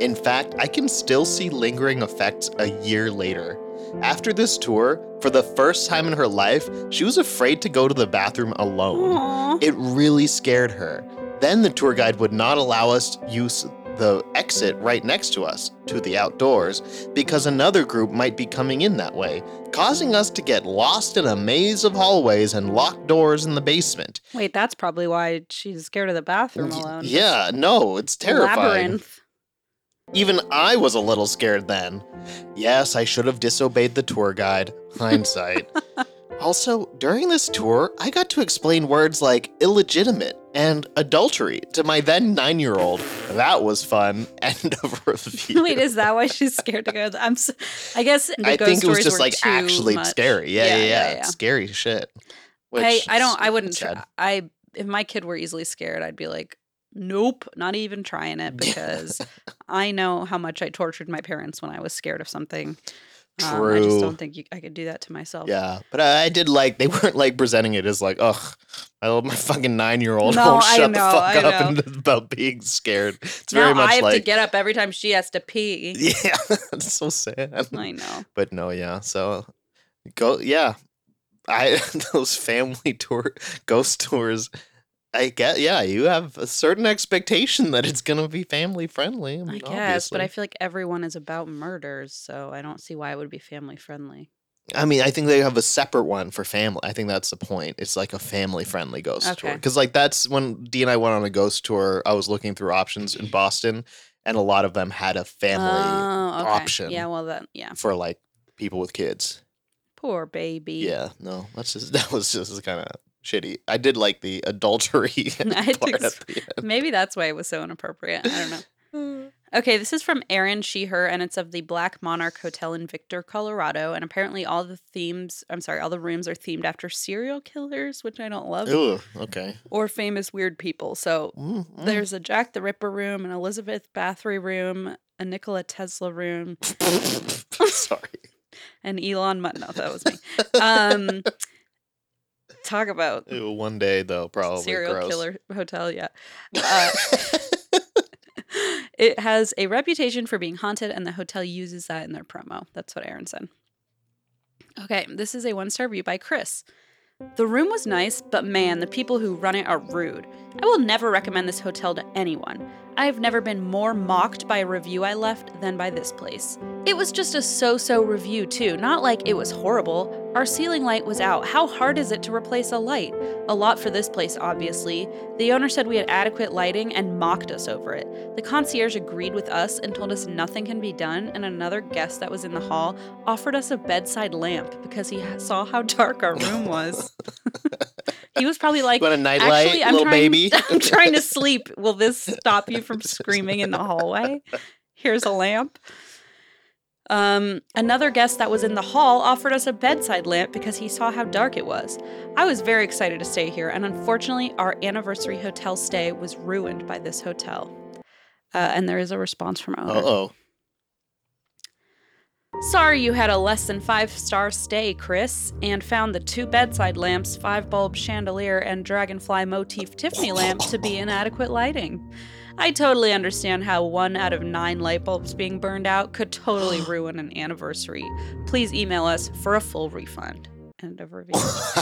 B: In fact, I can still see lingering effects a year later. After this tour, for the first time in her life, she was afraid to go to the bathroom alone.
A: Aw.
B: It really scared her. Then the tour guide would not allow us use the exit right next to us to the outdoors because another group might be coming in that way, causing us to get lost in a maze of hallways and locked doors in the basement.
A: Wait, that's probably why she's scared of the bathroom alone.
B: Yeah, no, it's terrifying. *laughs*
A: Labyrinth.
B: Even I was a little scared then. Yes, I should have disobeyed the tour guide.
A: *laughs*
B: Hindsight. also, during this tour, I got to explain words like illegitimate and adultery to my then nine year old. That was fun. *laughs* End of review.
A: Wait, is that why she's scared to go? th- I'm. So, I guess the
B: I
A: ghost
B: think it was
A: stories
B: just
A: were
B: like
A: too
B: actually
A: much.
B: scary. Yeah, yeah,
A: Yeah,
B: yeah.
A: yeah, yeah.
B: Scary shit.
A: hey,
B: Which
A: I
B: is
A: don't. I wouldn't.
B: sad.
A: Try, I if my kid were easily scared, I'd be like, nope, not even trying
B: *laughs*
A: it because I know how much I tortured my parents when I was scared of something. Um, I just
B: True.
A: don't think you, I could do that to myself.
B: Yeah, but I, I did like they *laughs* weren't like presenting it as like, ugh, I love my fucking nine year old.
A: No,
B: won't
A: I
B: shut
A: know,
B: the fuck
A: I
B: up
A: know.
B: and *laughs* about being scared. It's
A: now
B: very much
A: I have
B: like
A: to get up every time she has to pee.
B: *laughs* yeah, it's
A: *laughs*
B: so sad.
A: I know.
B: *laughs* But no, yeah. So go, yeah. I *laughs* those family tour ghost tours. I get, yeah. You have a certain expectation that it's gonna be family friendly.
A: I
B: mean,
A: guess, but I
B: obviously.
A: feel like everyone is about murders, so I don't see why it would be family friendly.
B: I mean, I think they have a separate one for family. I think that's the point. It's like a family friendly ghost tour.
A: Okay.
B: Because, like, that's when D and I went on a ghost tour. I was looking through options in Boston, and a lot of them had a family
A: Oh, okay.
B: option.
A: Yeah, well then, yeah.
B: for like people with kids.
A: Poor baby.
B: Yeah, no, that's just *laughs* that was just kind of shitty. I did like the
A: *laughs*
B: adultery
A: *laughs*
B: *laughs*
A: I
B: part
A: think
B: at
A: so.
B: the end.
A: Maybe that's why it was so inappropriate. I don't know. Okay, this is from Aaron Sheher, and it's of the Black Monarch Hotel in Victor, Colorado. And apparently, all the themes I'm sorry, all the rooms are themed after serial killers, which I don't *laughs* love,
B: Ooh, okay.
A: or famous weird people. So
B: Mm, mm.
A: there's a Jack the Ripper room, an Elizabeth Bathory room, a Nikola Tesla room, *laughs*
B: *laughs* Sorry.
A: and Elon Musk. No, that was me. Um, talk
B: *laughs*
A: about
B: Ew, one day though, probably
A: serial
B: Oh, gross. *laughs*
A: killer hotel. Yeah. Uh, *laughs* it has a reputation for being haunted, and the hotel uses that in their promo. That's what Aaron said. Okay, this is a one star review by Chris. The room was nice, but man, the people who run it are rude. I will never recommend this hotel to anyone. I have never been more mocked by a review I left than by this place. It was just a so so review, too, not like it was horrible. Our ceiling light was out. How hard is it to replace a light? A lot for this place, obviously. The owner said we had adequate lighting and mocked us over it. The concierge agreed with us and told us nothing can be done, and another guest that was in the hall offered us a bedside lamp because he ha- saw how dark our room was. he was probably like,
B: You want a nightlight,
A: Actually, I'm
B: little
A: trying, *laughs*
B: baby?
A: I'm trying to sleep. Will this stop you from screaming in the hallway? Here's a lamp. Um, another guest that was in the hall offered us a bedside lamp because he saw how dark it was. I was very excited to stay here, and unfortunately, our anniversary hotel stay was ruined by this hotel. Uh, and there is a response from our owner.
B: Oh,
A: Sorry you had a less than five star stay, Chris, and found the two bedside lamps, five bulb chandelier, and dragonfly motif Tiffany lamp to be inadequate lighting. I totally understand how one out of nine light bulbs being burned out could totally ruin an anniversary. Please email us for a full refund. End of review.
B: *laughs*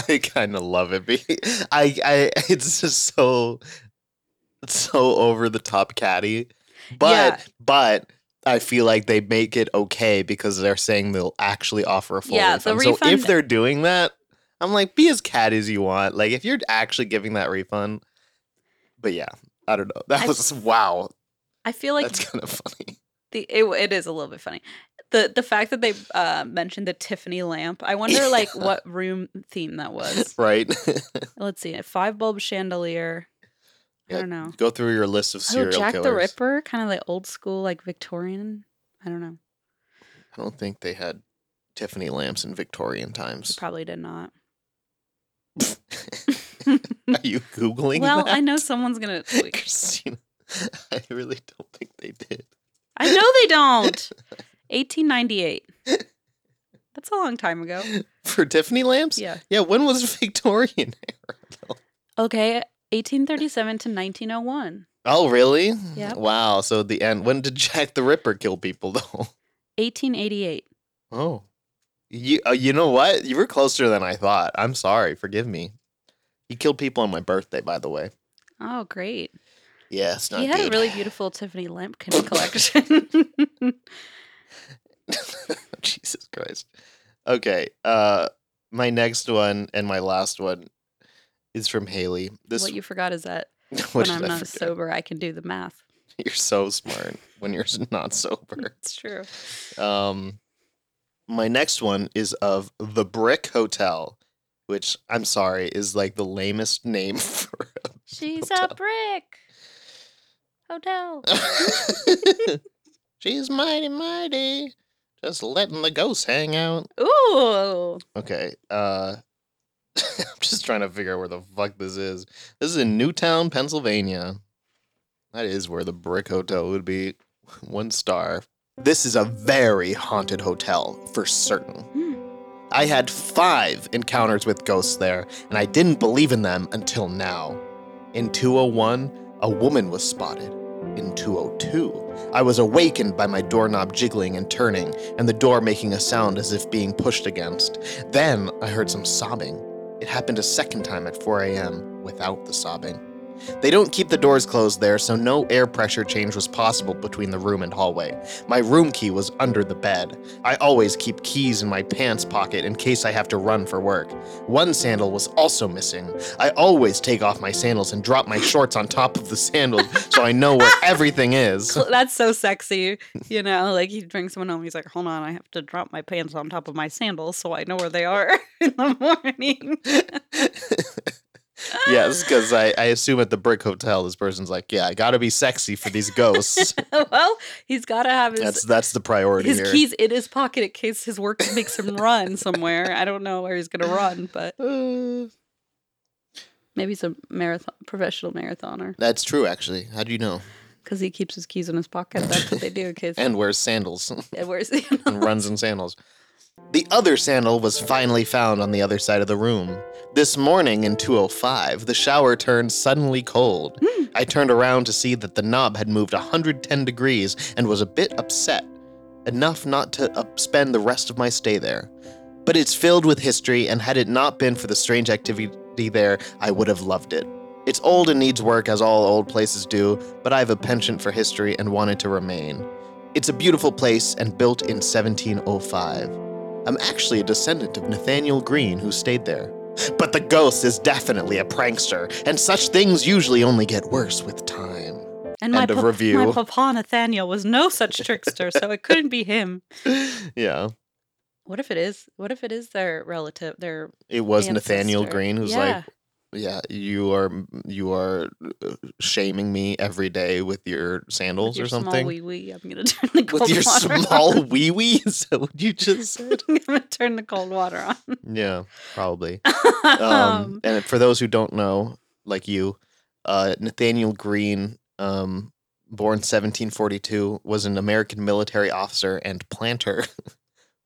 B: I kind of love it. be- *laughs* I, I, *laughs* it's just so, so over the top catty. But,
A: Yeah.
B: but I feel like they make it okay because they're saying they'll actually offer a full
A: Yeah, the
B: refund. So
A: refund-
B: if they're doing that, I'm like, be as catty as you want. Like if you're actually giving that refund, but yeah, I don't know. *laughs* That
A: I-
B: was wow.
A: I feel like
B: That's kind of funny. *laughs*
A: the, it, it is a little bit funny. the the fact that they uh, mentioned the Tiffany lamp. I wonder like
B: Yeah.
A: what room theme that was.
B: right? *laughs*
A: Let's see, a five bulb chandelier. I
B: Yeah,
A: don't know.
B: Go through your list of
A: Oh,
B: serial
A: Jack
B: killers.
A: the Ripper, kind of like old school, like Victorian. I don't know.
B: I don't think they had Tiffany lamps in Victorian
A: They
B: times.
A: probably did not.
B: *laughs* Are you googling?
A: well, I
B: *laughs* that?
A: know someone's gonna.
B: Christina, I really don't think they did.
A: I know they don't. 1898. That's a long time ago.
B: *laughs* For Tiffany lamps?
A: Yeah.
B: Yeah, when was *laughs* Victorian?
A: Okay, 1837 to 1901.
B: Oh, really?
A: Yep.
B: Wow. So at the end, when did Jack the Ripper kill people, *laughs* though?
A: 1888.
B: Oh. You, uh, you know what? You were closer than I thought. I'm sorry. Forgive me. He killed people on my birthday, by the way.
A: Oh, great.
B: Yeah, it's not
A: He
B: good.
A: had a
B: *laughs*
A: really beautiful Tiffany lamp con- collection.
B: Jesus Christ. Okay. Uh, my next one and my last one is from Haley. *laughs* This
A: what you forgot is that *laughs*
B: what
A: when
B: did
A: I'm
B: I
A: not
B: forget?
A: sober, I can do the math.
B: You're so smart when you're *laughs* not sober.
A: It's true.
B: Um, my next one is of the Brick Hotel, which I'm sorry is like the lamest name *laughs* for.
A: She's a
B: Hotel.
A: brick hotel.
B: a- She's mighty mighty, just letting the ghosts hang out.
A: *laughs* Ooh.
B: Okay. Uh *laughs* I'm just trying to figure out where the fuck this is. This is in Newtown, Pennsylvania. That is where the Brick Hotel would be. *laughs* One star. This is a very haunted hotel for certain.
A: Hmm.
B: I had five encounters with ghosts there, and I didn't believe in them until now. In 201, a woman was spotted. In 202, I was awakened by my doorknob jiggling and turning, and the door making a sound as if being pushed against. Then I heard some sobbing. It happened a second time at 4 a.m. without the sobbing. They don't keep the doors closed there, so no air pressure change was possible between the room and hallway. My room key was under the bed. I always keep keys in my pants pocket in case I have to run for work. One sandal was also missing. I always take off my sandals and drop my shorts on top of the sandals so I know where everything is.
A: Cl- That's so sexy. You know, like he brings someone home. He's like, hold on, I have to drop my pants on top of my sandals so I know where they are *laughs* in the morning. *laughs*
B: yes, because I, I assume at the brick hotel, this person's like, yeah, I gotta be sexy for these ghosts.
A: well, he's got to have
B: that's
A: his,
B: that's the priority
A: his
B: here.
A: keys in his pocket in case his work makes him run somewhere. I don't know where he's going to run,
B: *laughs*
A: but
B: Uh,
A: maybe he's a marathon, professional marathoner
B: that's true, actually. How do you know?
A: because he keeps his keys in his pocket. That's what they do in case.
B: And wears sandals *laughs*
A: it wears- *laughs*
B: and runs in sandals. The other sandal was finally found on the other side of the room. This morning in 205, the shower turned suddenly cold. I turned around to see that the knob had moved 110 degrees and was a bit upset, enough not to up- spend the rest of my stay there. But it's filled with history, and had it not been for the strange activity there, I would have loved it. It's old and needs work, as all old places do, but I have a penchant for history and wanted to remain. It's a beautiful place and built in 1705. I'm actually a descendant of Nathaniel Greene, who stayed there. But the ghost is definitely a prankster, and such things usually only get worse with time. *laughs*
A: and my,
B: End of
A: pa- my
B: review.
A: papa Nathaniel was no such trickster, so it couldn't be him.
B: yeah.
A: *laughs* What if it is? What if it is their relative? Their
B: It was
A: ancestor?
B: Nathaniel Greene who's
A: yeah.
B: like, yeah, you are you are uh, shaming me every day with your
A: with
B: sandals
A: your
B: or something.
A: Small wee wee. I'm gonna *laughs* turn the cold
B: with your
A: water *laughs*
B: small
A: On.
B: wee wee, *laughs* is that what
A: *laughs*
B: you just said?
A: I'm gonna turn the cold water on.
B: Yeah, probably.
A: *laughs*
B: um,
A: um,
B: and for those who don't know, like you, uh, Nathaniel Greene, um, born 1742, was an American military officer and planter. *laughs*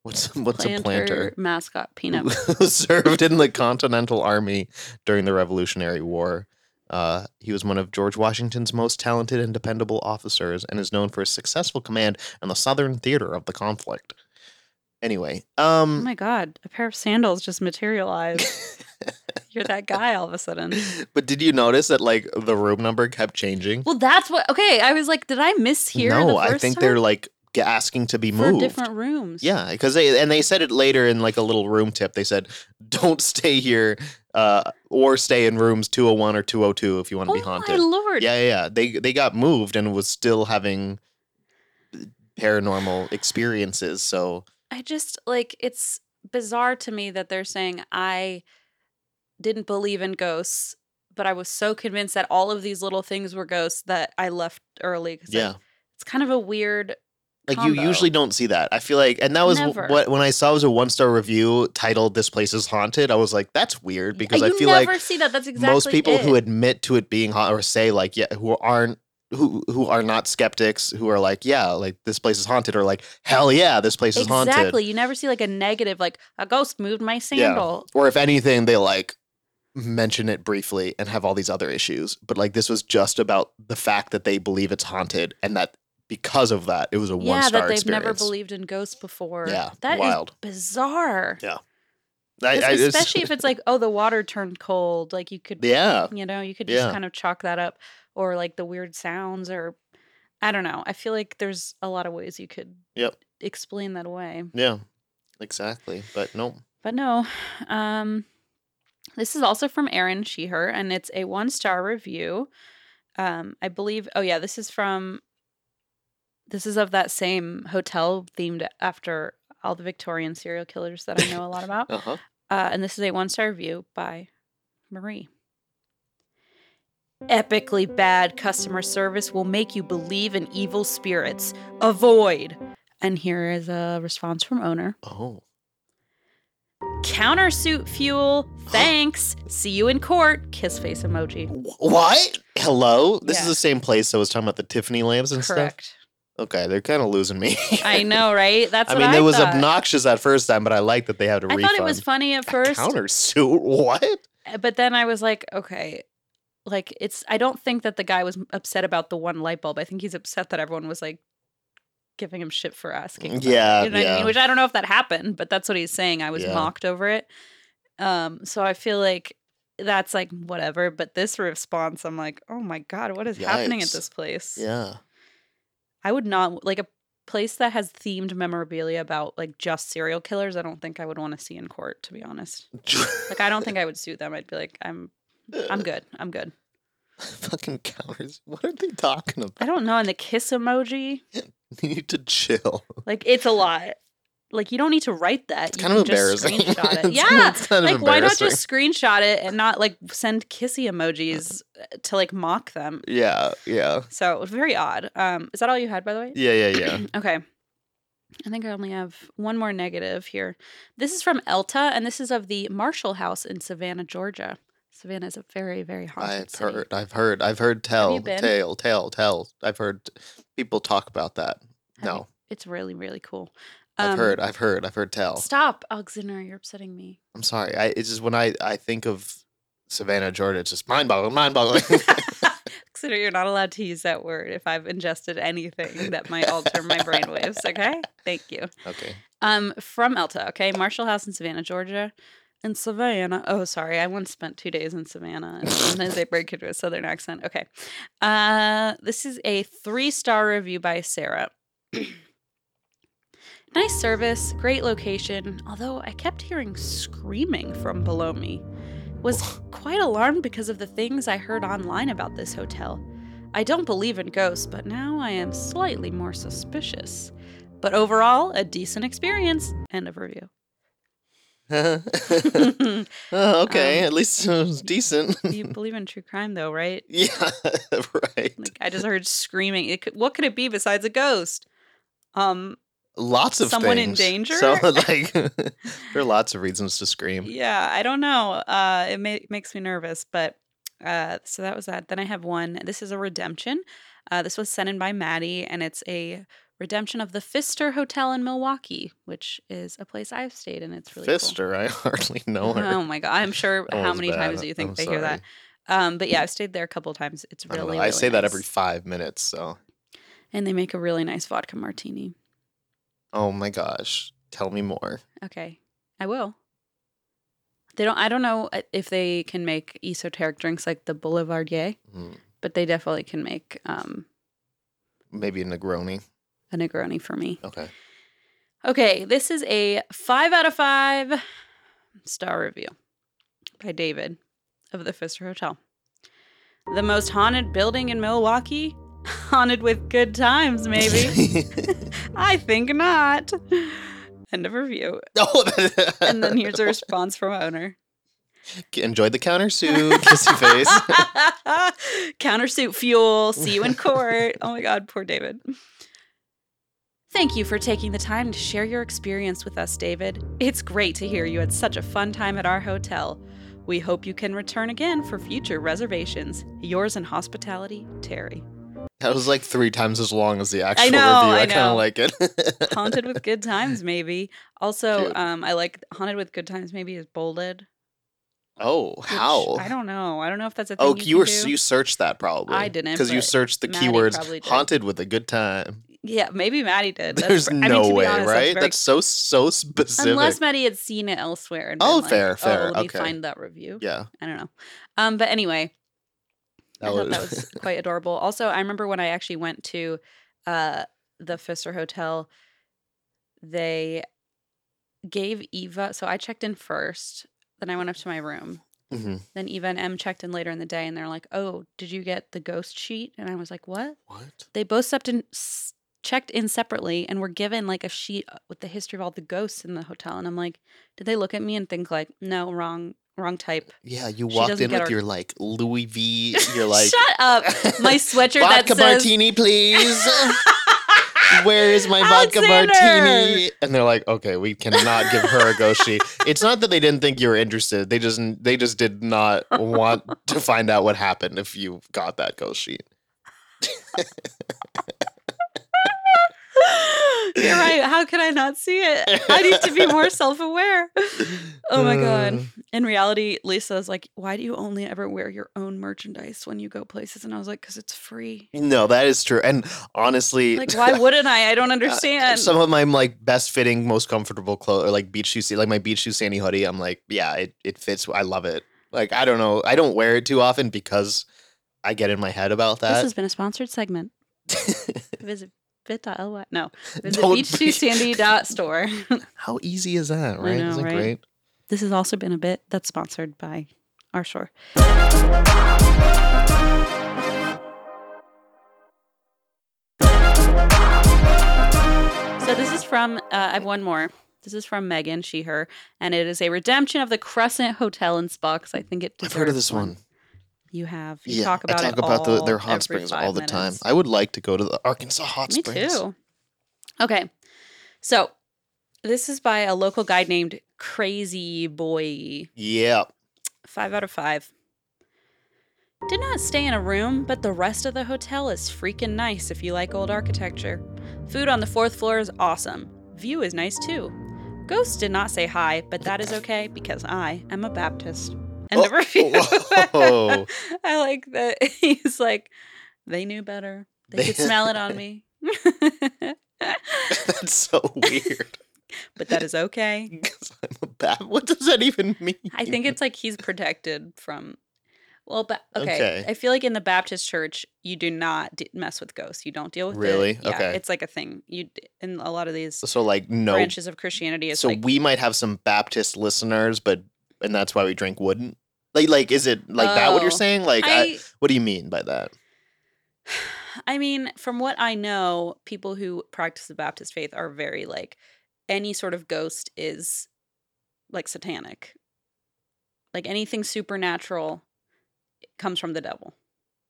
B: what's what's a planter?
A: mascot peanut.
B: *laughs* who served in the Continental Army during the Revolutionary War. Uh, he was one of George Washington's most talented and dependable officers and is known for his successful command on the southern theater of the conflict. Anyway,
A: Oh
B: um,
A: my god, a pair of sandals just materialized. You're that guy all of a
B: *laughs*
A: sudden.
B: *laughs* but did you notice that like the room number kept changing?
A: Well, that's what. Okay, I was like, did I mishear?
B: no,
A: the first
B: I think
A: time?
B: they're like g- asking to be
A: for
B: moved.
A: different rooms.
B: Yeah, because they and they said it later in like a little room tip. They said, "Don't stay here, uh, or stay in rooms 201 or 202 if you want to
A: Oh
B: be haunted."
A: my lord.
B: Yeah, yeah, yeah. They they got moved and was still having uh, paranormal experiences. So
A: I just like it's bizarre to me that they're saying I didn't believe in ghosts, but I was so convinced that all of these little things were ghosts that I left early. 'cause, like,
B: yeah,
A: it's kind of a weird.
B: like you
A: combo.
B: usually don't see that. I feel like, and that was wh-
A: Never.
B: what when I saw it was a one star review titled "This Place Is Haunted." I was like, that's weird because
A: Uh, you
B: I feel
A: never
B: like
A: see that. That's exactly
B: most people who
A: it.
B: admit to it being haunted or say like yeah who aren't who who are not skeptics who are like yeah like this place is haunted or like hell yeah this place is
A: exactly.
B: haunted
A: You never see like a negative, like a ghost moved my sandal.
B: or if anything they like mention it briefly and have all these other issues but like this was just about the fact that they believe it's haunted and that because of that it was a one
A: Yeah,
B: star
A: that they've
B: experience
A: never believed in ghosts before.
B: Yeah,
A: that is
B: wild.
A: bizarre.
B: Yeah. I-
A: 'Cause
B: I just-
A: especially if it's like, oh, the water turned cold. Like you could
B: *laughs* yeah
A: You know, you could just
B: Yeah.
A: kind of chalk that up or like the weird sounds or I don't know. I feel like there's a lot of ways you could
B: Yep.
A: explain that away.
B: yeah exactly but no
A: But no. *sighs* Um this is also from Erin She Her and it's a one star review. Um I believe oh yeah, this is from this is of that same hotel themed after all the Victorian serial killers that I know
B: *laughs*
A: a lot about.
B: uh-huh
A: Uh, and this is a one star review by Marie. Epically bad customer service will make you believe in evil spirits. Avoid. And here is a response from owner
B: oh
A: Countersuit fuel. Thanks. See you in court. Kiss face emoji.
B: Wh- what hello this is
A: Yeah.
B: the same place i was talking about the tiffany lamps and stuff
A: Correct.
B: Okay, they're kind of losing me.
A: *laughs* I know, right? That's
B: I
A: what
B: mean,
A: I
B: it was
A: thought.
B: obnoxious that first time, but I like that they had a
A: I
B: refund.
A: thought it was funny at
B: A
A: first.
B: countersuit. What?
A: Uh, but then I was like, okay, like it's. I don't think that the guy was m- upset about the one light bulb. I think he's upset that everyone was like giving him shit for asking. about it.
B: Yeah,
A: you know what I
B: yeah.
A: mean. Which I don't know if that happened, but that's what he's saying. I was
B: Yeah.
A: mocked over it. Um, so I feel like that's like whatever. But this response, I'm like, oh my god, what is happening at
B: Yikes.
A: this place?
B: Yeah.
A: I would not like a place that has themed memorabilia about like just serial killers. I don't think I would want to see in court, to be honest. Like I don't think I would sue them. I'd be like, I'm
B: *laughs*
A: I'm good. I'm good.
B: *laughs* Fucking counters. What are they talking about?
A: I don't know. And the kiss emoji,
B: You need to chill.
A: like it's
B: *laughs*
A: a lot. Like you don't need to write that.
B: It's
A: you
B: kind of
A: can just
B: embarrassing.
A: screenshot it.
B: *laughs* It's-
A: yeah.
B: it's kind
A: Like
B: of
A: why not
B: embarrassing.
A: just screenshot it and not like send kissy
B: *laughs*
A: emojis uh, to like mock them?
B: Yeah, yeah,
A: So it was very odd. Um, is that all you had by the way?
B: yeah, yeah,
A: *coughs*
B: yeah.
A: *clears throat* okay. I think I only have one more negative here. This is from Elta, and this is of the Marshall House in Savannah, Georgia. Savannah is a very, very haunted
B: I've
A: city.
B: heard, I've heard, I've heard tell,
A: you been?
B: tale, tale, tell. I've heard t- people talk about that.
A: Have you-
B: no,
A: It's really, really cool.
B: I've
A: Um,
B: heard, oh. I've heard, I've heard tell.
A: Stop, Auxinner, you're upsetting me.
B: I'm sorry. I it's just when I I think of Savannah, Georgia, it's just mind boggling,
A: *laughs*
B: mind boggling.
A: Auxinner, you're not allowed to use that word if I've ingested anything that might alter my brainwaves, okay? Thank you.
B: *laughs* okay. *laughs*
A: Um, from Elta, okay? Marshall House in Savannah, Georgia. In Savannah. Oh, sorry. I once spent two days in Savannah. And sometimes I break into a southern accent. Okay. Uh, this is a three star review by Sarah. *clears throat* nice service, great location, although I kept hearing screaming from below me. Was quite alarmed because of the things I heard online about this hotel. I don't believe in ghosts, but now I am slightly more suspicious. But overall, a decent experience. End of
B: *laughs*
A: review. *laughs*
B: oh,
A: you
B: okay.
A: Um,
B: At least it was decent.
A: believe in true crime, though, right?
B: *laughs* yeah, *laughs* right.
A: Like I just heard screaming. It could, what could it be besides a ghost? Um,
B: Lots of
A: someone in
B: things.
A: danger? *laughs*
B: So like, *laughs* there are lots of reasons to scream.
A: yeah, I don't know. Uh, it ma- makes me nervous, but uh, so that was that. Then I have one. This is a redemption. Uh, this was sent in by Maddie, and it's a redemption of the Pfister Hotel in Milwaukee, which is a place I've stayed in. It's really cool.
B: Fister, I hardly know her.
A: Oh my god! I'm sure.
B: *laughs* That
A: how
B: one's
A: many
B: bad.
A: times do you think
B: I'm
A: they hear that?
B: sorry.
A: Um, but yeah, I've stayed there a couple times. It's
B: I,
A: really.
B: don't know. I
A: really
B: say that
A: nice.
B: every five minutes. So,
A: and they make a really nice vodka martini.
B: oh my gosh, tell me more.
A: Okay, I will. They don't. I don't know uh, if they can make esoteric drinks like the Boulevardier,
B: Hmm,
A: but they definitely can make um,
B: Maybe a Negroni.
A: a Negroni for me.
B: Okay.
A: Okay, this is a five out of five star review by David of the Pfister Hotel. The most haunted building in Milwaukee, *laughs* Haunted with good times, maybe. I think not. End of review.
B: *laughs* oh, *laughs*
A: And then here's a response from owner.
B: enjoyed
A: *laughs*
B: the countersuit, kissy face.
A: Countersuit fuel. See you in court. Oh my God, poor David. Thank you for taking the time to share your experience with us, David. It's great to hear you had such a fun time at our hotel. We hope you can return again for future reservations. Yours in hospitality, Terry.
B: That was like three times as long as the actual
A: know,
B: review. I,
A: I
B: kind
A: know.
B: of like it.
A: Haunted with Good Times, maybe. Also,
B: Cute.
A: um, I like Haunted with Good Times, maybe is bolded.
B: *laughs* oh,
A: which
B: how?
A: I don't know. I don't know if that's a thing.
B: Oh, you,
A: you
B: were
A: can do.
B: you searched that probably.
A: I didn't,
B: because you
A: but
B: searched the
A: Maddie probably
B: keywords
A: did.
B: "haunted" with a good time.
A: Yeah, maybe Maddie did. That's
B: There's
A: pr- I mean,
B: no
A: to be
B: way,
A: honest,
B: right?
A: very
B: That's so so specific.
A: Unless Maddie had seen it elsewhere. And been
B: Oh,
A: like,
B: fair, fair,
A: let me
B: okay.
A: find that review.
B: yeah,
A: I don't know. Um, but anyway, I
B: that
A: thought
B: was,
A: that
B: *laughs*
A: was quite adorable. Also, I remember when I actually went to uh, the Pfister Hotel, they gave Eva. So I checked in first, then I went up to my room.
B: Mhm.
A: Then Eva and M checked in later in the day, and they're like, "Oh, did you get the ghost sheet?" And I was like, "What?"
B: what?
A: they both stepped in, s- checked in separately and were given like a sheet uh, with the history of all the ghosts in the hotel. And I'm like, did they look at me and think like, no, wrong, wrong type?
B: Yeah, you
A: She
B: walked
A: doesn't
B: in
A: get
B: with
A: our-
B: your like Louis V. You're like
A: *laughs* shut up. My sweatshirt that
B: vodka
A: says.
B: martini, please.
A: *laughs*
B: *laughs* Where is my vodka
A: Alexander!
B: martini? And they're like, okay, we cannot give her a goshi. it's not that they didn't think you were interested. They just they just did not want to find out what happened if you got that ghost sheet.
A: You're right. How can I not see it? I need to be more self-aware. Oh my
B: Uh.
A: god. In reality, Lisa's like, "Why do you only ever wear your own merchandise when you go places?" And I was like, "Cause it's free."
B: No, that is true. And honestly, *laughs*
A: Like, why wouldn't I? I don't understand.
B: Uh, Some of my like best fitting, most comfortable clothes, or like beach shoes, like my beach shoe sandy hoodie. I'm like, yeah, it, it fits. I love it. Like I don't know, I don't wear it too often because I get in my head about
A: This
B: that.
A: has been a sponsored segment. Visit bit.ly.
B: *laughs*
A: No, visit
B: Don't be- *laughs*
A: beach2sandy.store.
B: *laughs* How easy is that, right?
A: know,
B: Isn't it
A: right?
B: great?
A: this has also been a bit that's sponsored by our shore. So this is from, uh, I have one more. This is from Megan, she, her, and it is a redemption of the Crescent Hotel and Spa because I think it
B: I've heard of
A: deserves
B: this one.
A: You have. You
B: Yeah,
A: talk about
B: I
A: it
B: talk about the,
A: all
B: their hot
A: every
B: springs
A: five
B: all the time.
A: minutes.
B: I would like to go to the Arkansas hot
A: Me
B: springs.
A: too. Okay. So this is by a local guy named Crazy Boy.
B: Yeah,
A: Five out of five. Did not stay in a room, but the rest of the hotel is freaking nice if you like old architecture. Food on the fourth floor is awesome. View is nice too. Ghost did not say hi, but that is okay because I am a Baptist. End of
B: Oh,
A: review.
B: whoa.
A: *laughs* I like that *laughs* he's like, they knew better. They
B: *laughs*
A: could smell it on me. *laughs*
B: that's so weird. *laughs*
A: but that is okay.
B: 'Cause I'm a bat. What does that even mean?
A: I think it's like he's protected from. Well, but okay.
B: Okay.
A: I feel like in the Baptist church, you do not d- mess with ghosts. You don't deal with it.
B: Really?
A: Yeah,
B: Okay.
A: It's like a thing. You d- in a lot of these
B: *laughs* so like no
A: branches of Christianity, it's
B: so
A: like
B: we might have some Baptist listeners, but and that's why we drink wouldn't. Like, like is it like that? What
A: Oh,
B: you're saying? Like, I,
A: I.
B: what do you mean by that?
A: I mean, from what I know, people who practice the Baptist faith are very like any sort of ghost is like satanic. Like anything supernatural comes from the devil.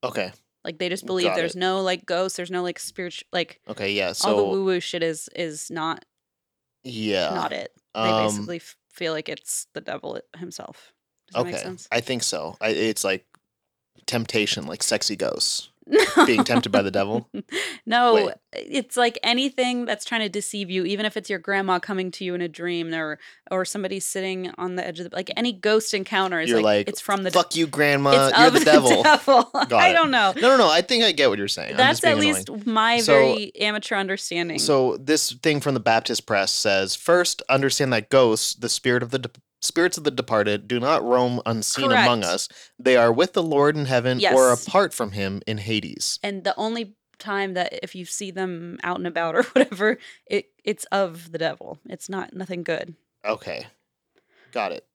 B: Okay,
A: Like they just believe
B: Got
A: there's
B: it.
A: no like ghosts, there's no like spiritual like
B: okay, yeah.
A: all the
B: So
A: woo woo shit is is not
B: yeah,
A: not it. They
B: um,
A: basically f- feel like it's the devil i- himself. Does that make
B: okay,
A: sense?
B: I think so. I, it's like temptation, like
A: *laughs*
B: sexy ghosts
A: No.
B: being tempted by the devil.
A: no,
B: Wait.
A: it's like anything that's trying to deceive you, even if it's your grandma coming to you in a dream or or somebody sitting on the edge of the like any ghost encounter is
B: You're
A: like,
B: like,
A: it's from the de-
B: Fuck you, grandma.
A: it's
B: You're
A: of
B: the
A: *laughs*
B: devil. *laughs*
A: devil. I
B: it.
A: don't know.
B: No, no, no. I think I get what you're saying. I'm just
A: that's at
B: being
A: least my
B: So-
A: very amateur understanding.
B: So this thing from the Baptist Press says: first, understand that ghosts, the spirit of the de- spirits of the departed, do not roam unseen among
A: Correct.
B: us. They are with the Lord in heaven, or
A: Yes.
B: apart from Him in Hades.
A: and the only time that if you see them out and about *laughs* or whatever it it's of the devil it's not nothing good
B: Okay, got it.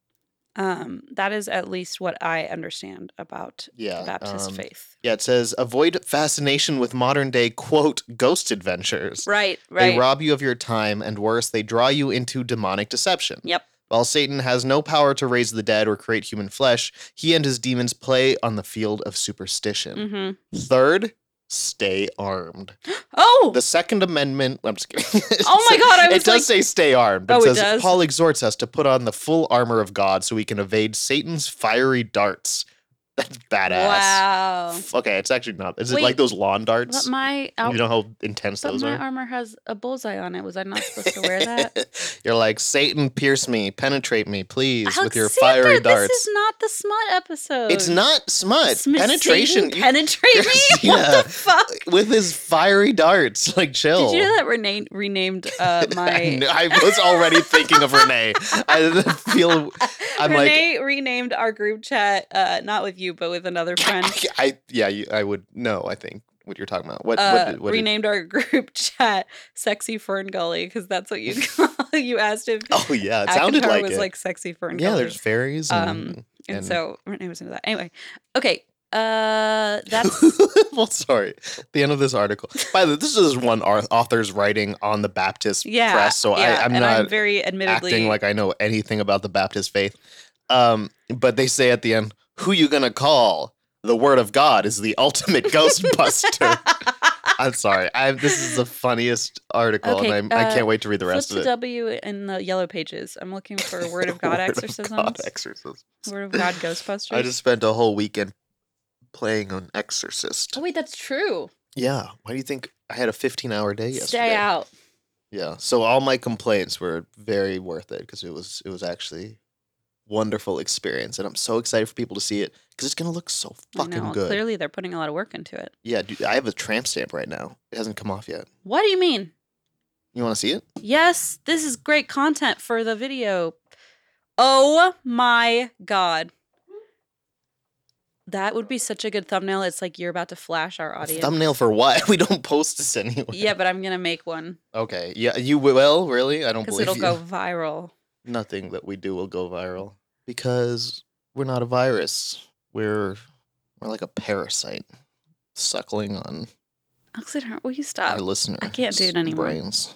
A: Um, that is at least what I understand about
B: Yeah.
A: the Baptist
B: um,
A: faith.
B: Yeah, it says avoid fascination with modern day quote ghost adventures.
A: Right, right.
B: They rob you of your time, and worse, they draw you into demonic deception.
A: Yep.
B: While Satan has no power to raise the dead or create human flesh, he and his demons play on the field of superstition.
A: hmm
B: Third, stay armed.
A: Oh,
B: The Second Amendment. I'm just kidding. *laughs* It
A: Oh my
B: says-
A: God, I
B: it
A: was
B: does
A: like-
B: say stay armed. but
A: Oh, it
B: says
A: does?
B: Paul exhorts us to put on the full armor of God so we can evade Satan's fiery darts. *laughs* That's badass.
A: wow.
B: F- Okay, it's actually not. Is it
A: Wait,
B: like those lawn
A: But
B: darts?
A: my out-
B: you know how intense
A: but
B: those
A: my
B: are.
A: armor has a bullseye on it. Was I not supposed to wear
B: *laughs*
A: that?
B: You're like Satan, pierce me, penetrate me, please, with your
A: Alexander,
B: fiery
A: This
B: darts.
A: is not the smut episode.
B: It's not smut.
A: Sm-
B: penetration. *laughs*
A: Satan
B: you-
A: penetrate me.
B: *laughs* Yeah.
A: What the fuck?
B: with his fiery darts, *laughs* like chill.
A: Did you know that Renee renamed uh,
B: *laughs* I,
A: my
B: kn- I was already thinking of Renee.
A: *laughs*
B: I feel I'm like-
A: Renee renamed our group chat, uh, not with you, but with another
B: *laughs*
A: friend.
B: I yeah, you, I would know. I think what you're talking about. What what,
A: Uh,
B: did- what did-
A: renamed our group chat "Sexy Fern Gully" because that's what you *laughs* call, you asked if
B: *laughs* Oh yeah, it
A: Akintar
B: sounded like
A: was
B: it.
A: like "Sexy Fern
B: yeah,
A: Gully,"
B: there's fairies. And,
A: and,
B: and- *laughs*
A: so Renee was into that. Anyway, okay, uh, that's
B: well, sorry. The end of this article. By the way, this is one ar- author's writing on the Baptist
A: yeah,
B: press, so
A: yeah,
B: I, I'm
A: and
B: not
A: I'm very admittedly
B: acting like I know anything about the Baptist faith. Um, but they say at the end, "Who you gonna call? The Word of God is the *laughs*
A: *laughs*
B: ultimate Ghostbuster." I'm sorry. I, this is the funniest article,
A: Okay,
B: and I'm, I
A: uh,
B: can't wait to read the rest of
A: Flip to
B: it.
A: W in the yellow pages. I'm looking
B: *laughs*
A: for Word of God
B: Word of
A: exorcisms.
B: God exorcisms.
A: Word of God Ghostbusters.
B: *laughs* I just spent a whole weekend playing on Exorcist.
A: Oh wait, that's true.
B: Yeah. Why do you think I had a 15 hour day yesterday?
A: Stay out.
B: Yeah. So all my complaints were very worth it because it was it was actually wonderful experience, and I'm so excited for people to see it because it's gonna look so
A: I
B: fucking
A: know,
B: good.
A: Clearly, they're putting a lot of work into it.
B: Yeah, dude, I have a tramp stamp right now. It hasn't come off yet.
A: What do you mean?
B: You want to see it?
A: Yes, this is great content for the video. Oh my god. That would be such a good thumbnail. It's like you're about to flash our audience.
B: Thumbnail for what? *laughs* We don't post this anywhere.
A: yeah, but I'm going to make one
B: Okay. Yeah, you will really? I don't
A: cuz
B: believe
A: it'll
B: you. *laughs*
A: go viral.
B: Nothing that we do will go viral because we're not a virus. We're we're like a parasite suckling on
A: Alexander, will you
B: our
A: stop?
B: listeners.
A: can't do it anymore.
B: Brains.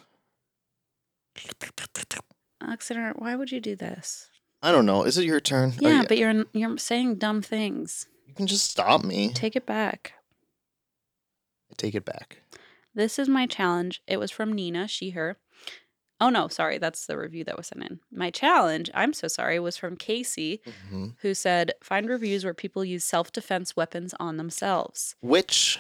A: Alexander, why would you do this?
B: I don't know. Is it your turn? Oh,
A: Yeah, but you're you're saying dumb things.
B: you can just stop me.
A: Take it back.
B: I take it back.
A: This is my challenge. It was from Nina, she, her. Oh no, sorry, that's the review that was sent in. My challenge, I'm so sorry, was from Casey,
B: Mhm.
A: who said, Find reviews where people use self defense weapons on themselves.
B: Which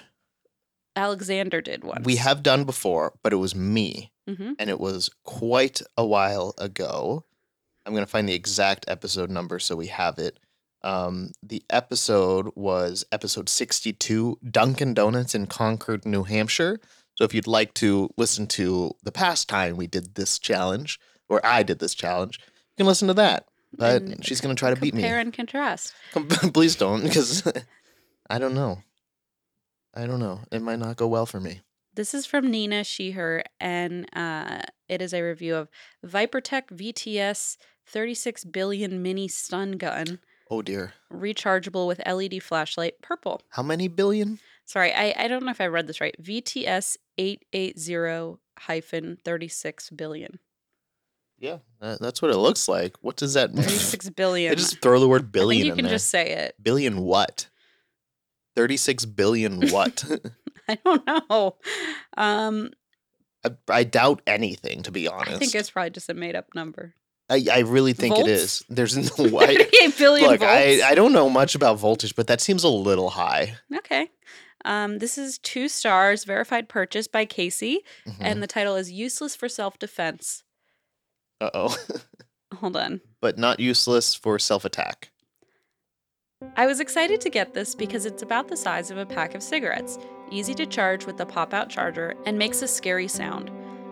A: Alexander did once.
B: we have done before, but it was me.
A: hmm
B: and it was quite a while ago. I'm going to find the exact episode number so we have it. Um, the episode was episode 62, Dunkin' Donuts in Concord, New Hampshire. So if you'd like to listen to the past time we did this challenge, or I did this challenge, you can listen to that. But
A: And
B: she's going to try to beat
A: Compare
B: me.
A: and contrast.
B: Com- *laughs* Please don't, because I don't know. I don't know. It might not go well for me.
A: This is from Nina, she, her, and uh, it is a review of Vipertech VTS 36 billion mini stun gun,
B: Oh dear.
A: rechargeable with LED flashlight, purple.
B: How many billion?
A: sorry, I, I don't know if I read this right. VTS 880 hyphen 36
B: *laughs*
A: billion.
B: Yeah, uh, that's what it looks like. What does that mean?
A: 36
B: *laughs* They
A: billion.
B: just throw the word
A: I think
B: billion
A: you
B: in
A: can
B: there.
A: just say it. *laughs*
B: Billion what? Thirty-six billion
A: *laughs*
B: what?
A: I don't know. Um,
B: I, I doubt anything, to be honest.
A: I think it's probably just a made up number.
B: I, I really think
A: Volts?
B: it is.
A: *laughs*
B: There's no way.
A: 38 billion
B: Look, I,
A: volts.
B: I don't know much about voltage, but that seems a little high.
A: okay. Um, this is two stars, verified purchase by Casey,
B: Mhm.
A: and the title is Useless for Self Defense.
B: Uh-oh. *laughs*
A: Hold on.
B: but not useless for self-attack.
A: I was excited to get this because it's about the size of a pack of cigarettes, easy to charge with the pop out charger, and makes a scary sound.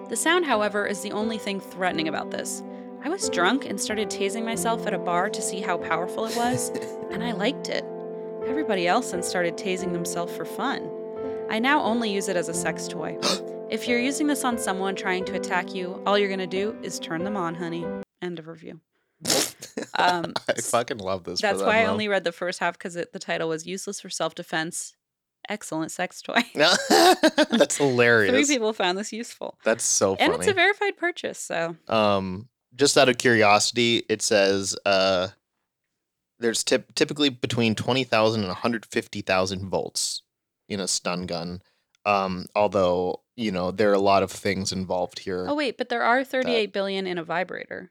A: The sound, however, is the only thing threatening about this. I was drunk and started tasing myself at a bar to see how powerful it was, and I liked it. Everybody else then started tasing themselves for fun. I now only use it as a sex toy. if you're using this on someone trying to attack you, all you're gonna do is turn them on, honey. End of review. Um,
B: I fucking love this. for
A: that's
B: them,
A: why I
B: though.
A: only read the first half because the title was "Useless for Self Defense." Excellent sex *laughs* toy.
B: *laughs*
A: *laughs*
B: that's
A: Three
B: hilarious.
A: people found this useful,
B: That's so funny.
A: and it's a verified purchase. So
B: um just out of curiosity it says uh there's tip- typically between 20,000 and 150,000 volts in a stun gun um although you know there are a lot of things involved here
A: oh wait, but there are thirty-eight billion in a vibrator.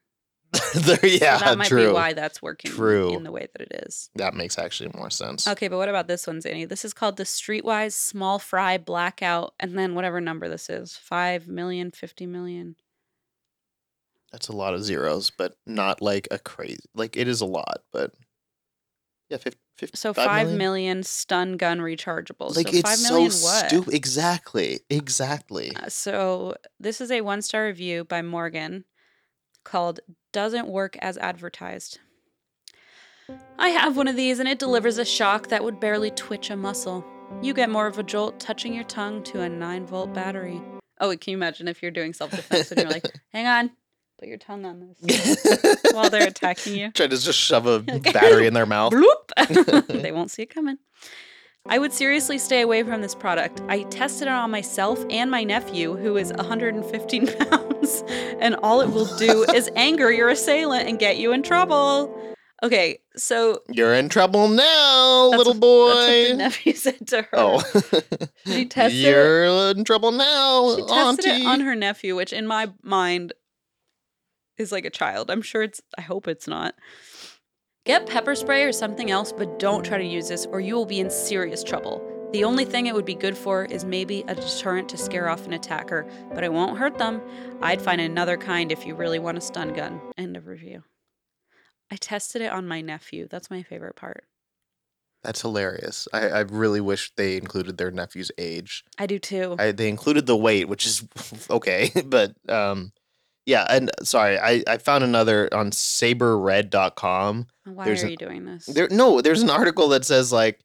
B: *laughs* There- yeah
A: so that might
B: true
A: be why that's working
B: True.
A: in the way that it is.
B: that makes actually more sense
A: Okay, but what about this one, Zanny? This is called the Streetwise Small Fry Blackout, and then whatever number this is 5 million, 50 million.
B: that's a lot of zeros but not like a crazy like it is a lot but yeah 50,
A: So 5 million, stun gun rechargeables.
B: like
A: so
B: it's
A: 5
B: so
A: million what?
B: stupid exactly exactly *laughs*
A: Uh, So this is a one star review by Morgan called Doesn't Work as Advertised. I have one of these and it delivers a shock that would barely twitch a muscle. You get more of a jolt touching your tongue to a 9 volt battery. Oh, wait, can you imagine if you're doing self defense and you're like, hang on, put your tongue on
B: *laughs*
A: this while they're attacking you?
B: Try to just
A: *laughs*
B: shove a
A: Like,
B: battery in their mouth.
A: Bloop. *laughs*
B: *laughs*
A: they won't see it coming. I would seriously stay away from this product. I tested it on myself and my nephew, who is 115 *laughs* pounds, and all it will
B: *laughs*
A: do is anger your assailant and get you in trouble. Okay, so
B: You're in trouble now,
A: That's
B: little
A: what- that's what *laughs* the
B: boy.
A: nephew said to her.
B: Oh, *laughs*
A: She tested it-
B: You're in trouble now,
A: she tested
B: auntie.
A: it on her nephew, which in my mind is like a child. I'm sure it's, I hope it's not. Get pepper spray or something else, but don't try to use this or you will be in serious trouble. The only thing it would be good for is maybe a deterrent to scare off an attacker, but it won't hurt them. I'd find another kind if you really want a stun gun. End of review. I tested it on my nephew. That's my favorite part.
B: That's hilarious. I, I really wish they included their nephew's age.
A: I do too.
B: I, they included the weight, which is *laughs* okay, but um, yeah. And sorry, I, I found another on SaberRed.com.
A: Why
B: there's
A: are
B: an-
A: you doing this?
B: There no, there's an article that says like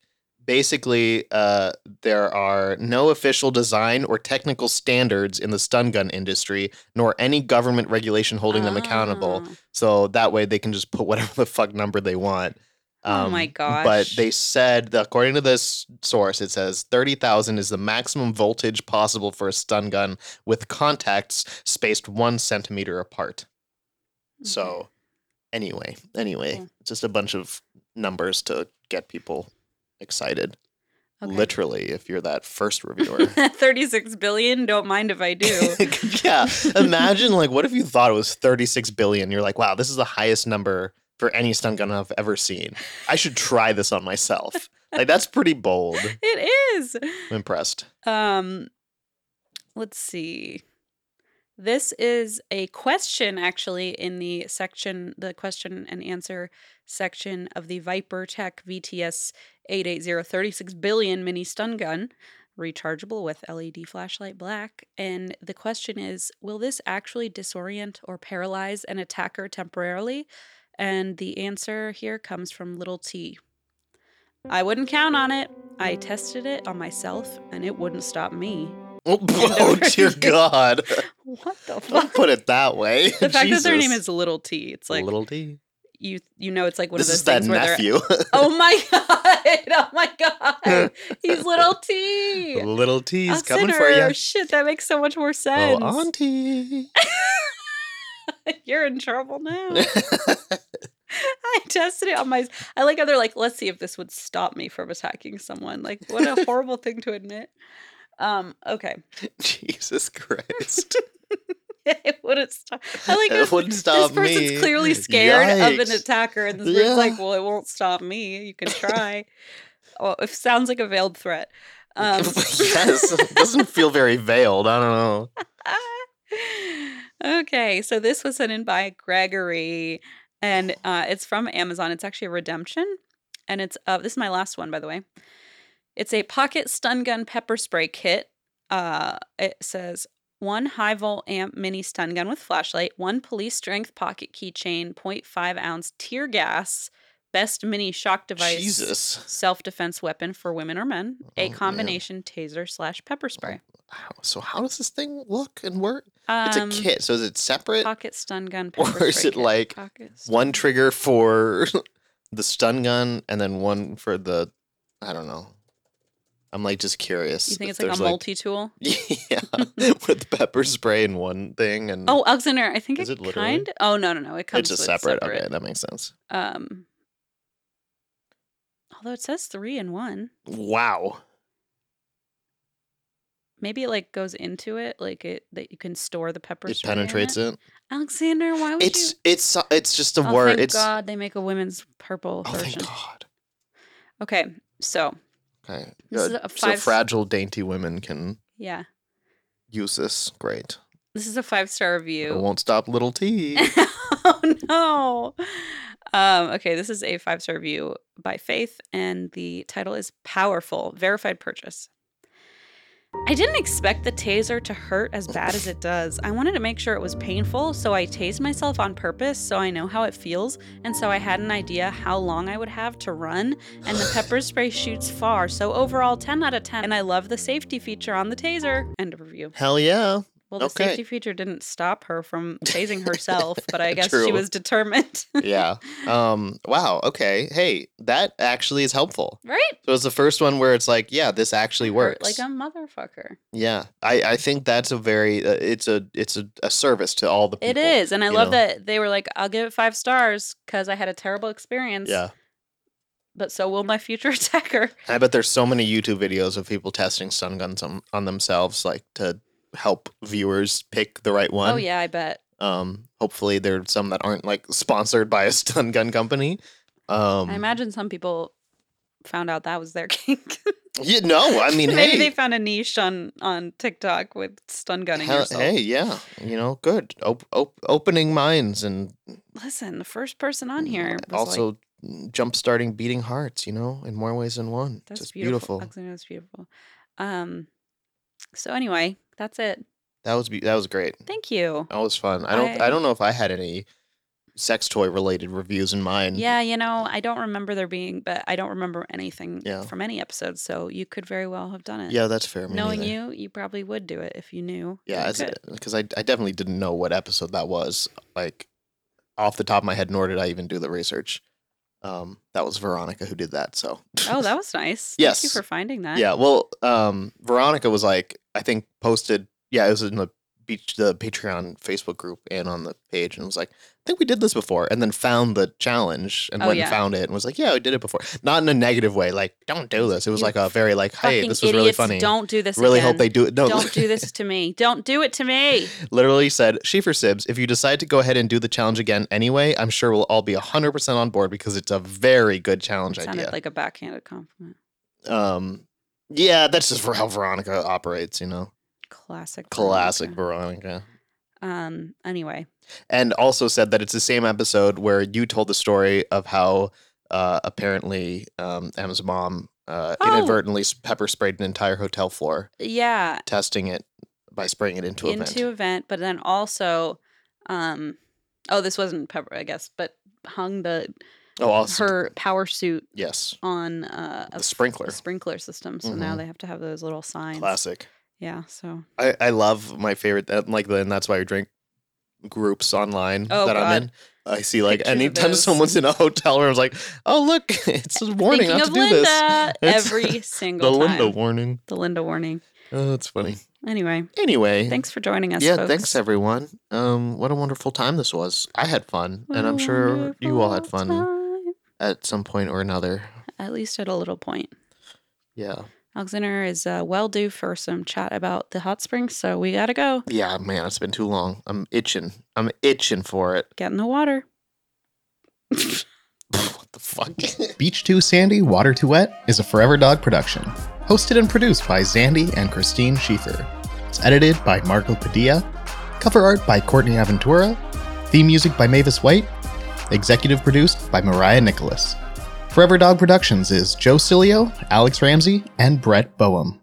B: basically uh there are no official design or technical standards in the stun gun industry nor any government regulation holding them accountable.
A: Ah.
B: So that way they can just put whatever the fuck number they want. Um,
A: Oh my
B: But
A: gosh.
B: they said that according to this source it says 30,000 is the maximum voltage possible for a stun gun with contacts spaced 1 centimeter apart.
A: Okay.
B: So, anyway, anyway,
A: Cool.
B: just a bunch of numbers to get people excited.
A: Okay.
B: Literally, if you're that first
A: *laughs*
B: reviewer.
A: 36 billion don't mind if i do
B: *laughs* yeah. Imagine like what if you thought it was 36 billion? You're like, wow, this is the highest number for any stun gun I've ever seen. I should try this on myself. Like that's pretty bold.
A: it is
B: I'm impressed. *laughs*
A: um let's see this is a question actually in the section the question and answer section of the viper tech vts 880 36 billion mini stun gun rechargeable with led flashlight black and the question is will this actually disorient or paralyze an attacker temporarily and the answer here comes from little t I wouldn't count on it. I tested it on myself and it wouldn't stop me. *laughs*
B: Oh, oh dear God.
A: What *laughs* the fuck?
B: Don't put it that way.
A: the fact that their name
B: Jesus.
A: is Little T, it's like
B: Little D.
A: you you know it's like one
B: This
A: of those
B: is that
A: things where they're *laughs*
B: nephew.
A: Oh my god. Oh my
B: *laughs*
A: god. He's Little T.
B: Little T's
A: I'll
B: coming
A: send
B: for
A: her.
B: you.
A: Shit, that makes so much more sense.
B: Oh, auntie.
A: *laughs*
B: *laughs*
A: You're in trouble now. *laughs* I tested it on my I like how they're like, let's see if this would stop me from attacking someone. Like what
B: *laughs*
A: a horrible thing to admit. Um, okay.
B: Jesus Christ.
A: *laughs* it wouldn't stop. I like
B: it
A: this,
B: wouldn't
A: *laughs* this
B: stop
A: person's
B: me. *laughs*
A: clearly scared of an
B: Yikes.
A: attacker, and this person's like,
B: Yeah.
A: "Well, it won't stop me.
B: *laughs*
A: You can try." oh, it sounds like a veiled threat. *laughs* Um,
B: *laughs*
A: *laughs*
B: yes. It doesn't feel very veiled. I don't know.
A: *laughs* okay, so this was sent in by Gregory, and
B: Oh.
A: uh, it's from Amazon. It's actually a redemption, and it's uh, this is my last one, by the way. It's a pocket stun gun pepper spray kit. Uh, it says one high volt amp mini stun gun with flashlight, one police strength pocket keychain, 0.5 ounce tear gas, Best mini shock device.
B: Jesus.
A: Self defense weapon for women or men.
B: Oh,
A: A
B: man.
A: combination taser slash pepper spray.
B: How, so how does this thing look and work?
A: Um,
B: It's a kit. So is it *laughs* separate?
A: Pocket stun gun.
B: Or
A: Pepper
B: is
A: spray
B: it
A: kit,
B: like
A: pocket stun
B: One
A: gun.
B: trigger for *laughs* the stun gun and then one for the I don't know. I'm like just curious.
A: You think
B: if
A: it's like
B: there's, Hmm.
A: a multi tool?
B: *laughs* yeah,
A: *laughs*
B: with pepper spray in one thing and
A: Oh, Alexander, I think
B: Is
A: it,
B: it literally?
A: kind. Oh no, no, no, it comes.
B: it's a
A: with
B: separate. Okay, that makes sense.
A: Um, although it says three in one,
B: Wow.
A: maybe it like goes into it, like it that you can store the pepper.
B: It
A: spray in
B: penetrates it.
A: Alexander, why would
B: It's
A: you?
B: it's uh, it's just a
A: Oh,
B: word.
A: thank
B: it's
A: God they make a women's purple
B: oh thank
A: version.
B: God.
A: Okay, so
B: Okay.
A: This is
B: Good.
A: a
B: so
A: five-
B: fragile, dainty women can
A: yeah,
B: use this. Great.
A: this is a five star
B: It
A: review.
B: won't stop little *laughs* T.
A: *laughs* oh no. Um, okay, this is a five star review by Faith, and the title is Powerful Verified Purchase. I didn't expect the taser to hurt as bad as it does. I wanted to make sure it was painful, so I tased myself on purpose so I know how it feels, and so I had an idea how long I would have to run, and the pepper spray shoots far, so overall 10 out of 10, and I love the safety feature on the taser. End of review.
B: Hell yeah.
A: Well, the
B: Okay.
A: safety feature didn't stop her
B: *laughs*
A: from tasing herself, but I guess she
B: True.
A: was determined. *laughs*
B: Yeah. Um wow, okay. Hey, that actually is helpful.
A: right?
B: So it's the first one where it's like, yeah, this actually
A: Hurt
B: works.
A: Like a motherfucker.
B: yeah. I I think that's a very uh, it's a it's a, a service to all the people.
A: It is. And I
B: you
A: love
B: know.
A: that they were like, I'll give it five stars because I had a terrible experience.
B: Yeah.
A: But so will my future *laughs* attacker.
B: I bet there's so many YouTube videos of people testing stun guns on, on themselves like to help viewers pick the right one.
A: Oh, yeah, I bet.
B: Um, hopefully there are some that aren't like sponsored by a stun gun company. Um,
A: I imagine some people found out that was their *laughs* kink.
B: You know, Oh,
A: *laughs*
B: I mean,
A: Maybe they
B: hey,
A: found a niche on, on TikTok with stun gunning
B: hell-
A: yourself.
B: hey, yeah, you know, good. Op- op- opening minds and
A: Listen, the first person on here was also,
B: Mm, also jump starting beating hearts. You know, in more ways than one.
A: that's
B: Just
A: beautiful.
B: beautiful.
A: Alexander, that's beautiful. Um, so anyway, that's it.
B: That was be- that was great.
A: Thank you.
B: That was fun. I don't I,
A: I-
B: don't know if I had any sex toy related reviews in mine.
A: Yeah, you know, I don't remember there being, but I don't remember anything
B: Yeah.
A: from any episode. So you could very well have done it.
B: Yeah, that's fair. me
A: Knowing
B: neither.
A: you, you probably would do it if you knew. that
B: Yeah,
A: you could.
B: because I, I definitely didn't know what episode that was. Like off the top of my head, nor did I even do the research. Um, that was Veronica who did that. So
A: Oh, that was nice. Thank you
B: Yes.
A: for finding that.
B: *laughs* yeah. Well, um, Veronica was like I think posted. Yeah, it was in the beach, the Patreon Facebook group and on the page, and was like, I think we did this before, and then found the challenge and
A: Oh,
B: went
A: yeah.
B: and found it and was like, Yeah, we did it before. Not in a negative way, like don't do this. It was
A: You
B: like a very like, Hey,
A: Fucking
B: this was really
A: idiots,
B: funny.
A: Don't do this.
B: really
A: again.
B: hope they *laughs* do it. No,
A: Don't do this to me. Don't do it to me.
B: literally said, Schieffer Sibs, if you decide to go ahead and do the challenge again anyway, I'm sure we'll all be 100% on board because it's a very good challenge
A: Sounded
B: idea.
A: like a backhanded compliment.
B: um, yeah, that's just for how Veronica operates, you know?
A: Classic.
B: Classic
A: Veronica.
B: Veronica.
A: Um. Anyway,
B: And also said that it's the same episode where you told the story of how uh, apparently um, Em's mom uh,
A: Oh.
B: inadvertently s- pepper sprayed an entire hotel floor,
A: yeah.
B: testing it by spraying it into a vent.
A: into event, but then also, um, oh, this wasn't pepper, I guess, but hung the
B: oh, also,
A: her power suit
B: yes,
A: on uh,
B: the
A: a
B: sprinkler.
A: a sprinkler system. So now
B: Mhm.
A: they have to have those little signs.
B: Classic.
A: Yeah. So
B: I, I love my favorite that like the and that's why I drink groups online
A: Oh,
B: that
A: God.
B: I'm in. I see like
A: Pictures of
B: anytime
A: those.
B: someone's in a hotel room, it's like, oh look, *laughs* it's a warning
A: thinking
B: not to
A: of
B: do
A: Linda
B: this. *laughs* It's
A: every
B: the
A: single time.
B: Linda warning.
A: the Linda warning.
B: Oh, that's funny.
A: Anyway,
B: Anyway,
A: thanks for joining us.
B: yeah,
A: folks.
B: thanks everyone. Um, what a wonderful time this was. I had fun,
A: What
B: and
A: a
B: I'm sure you all had
A: wonderful
B: fun
A: time.
B: at some point or another.
A: At least at a little point.
B: Yeah,
A: Alexander is uh, well due for some chat about the hot springs, so we gotta go.
B: yeah, man, it's been too long. I'm itching. I'm itching for it.
A: Get in the water.
B: *laughs* what the fuck?
D: Beach Too Sandy, Water Too Wet is a Forever Dog production, hosted and produced by Zandy and Christine Schieffer. It's edited by Marco Padilla, cover art by Courtney Aventura, theme music by Mavis White, executive produced by Mariah Nicholas. Forever Dog Productions is Joe Cilio, Alex Ramsey, and Brett Boehm.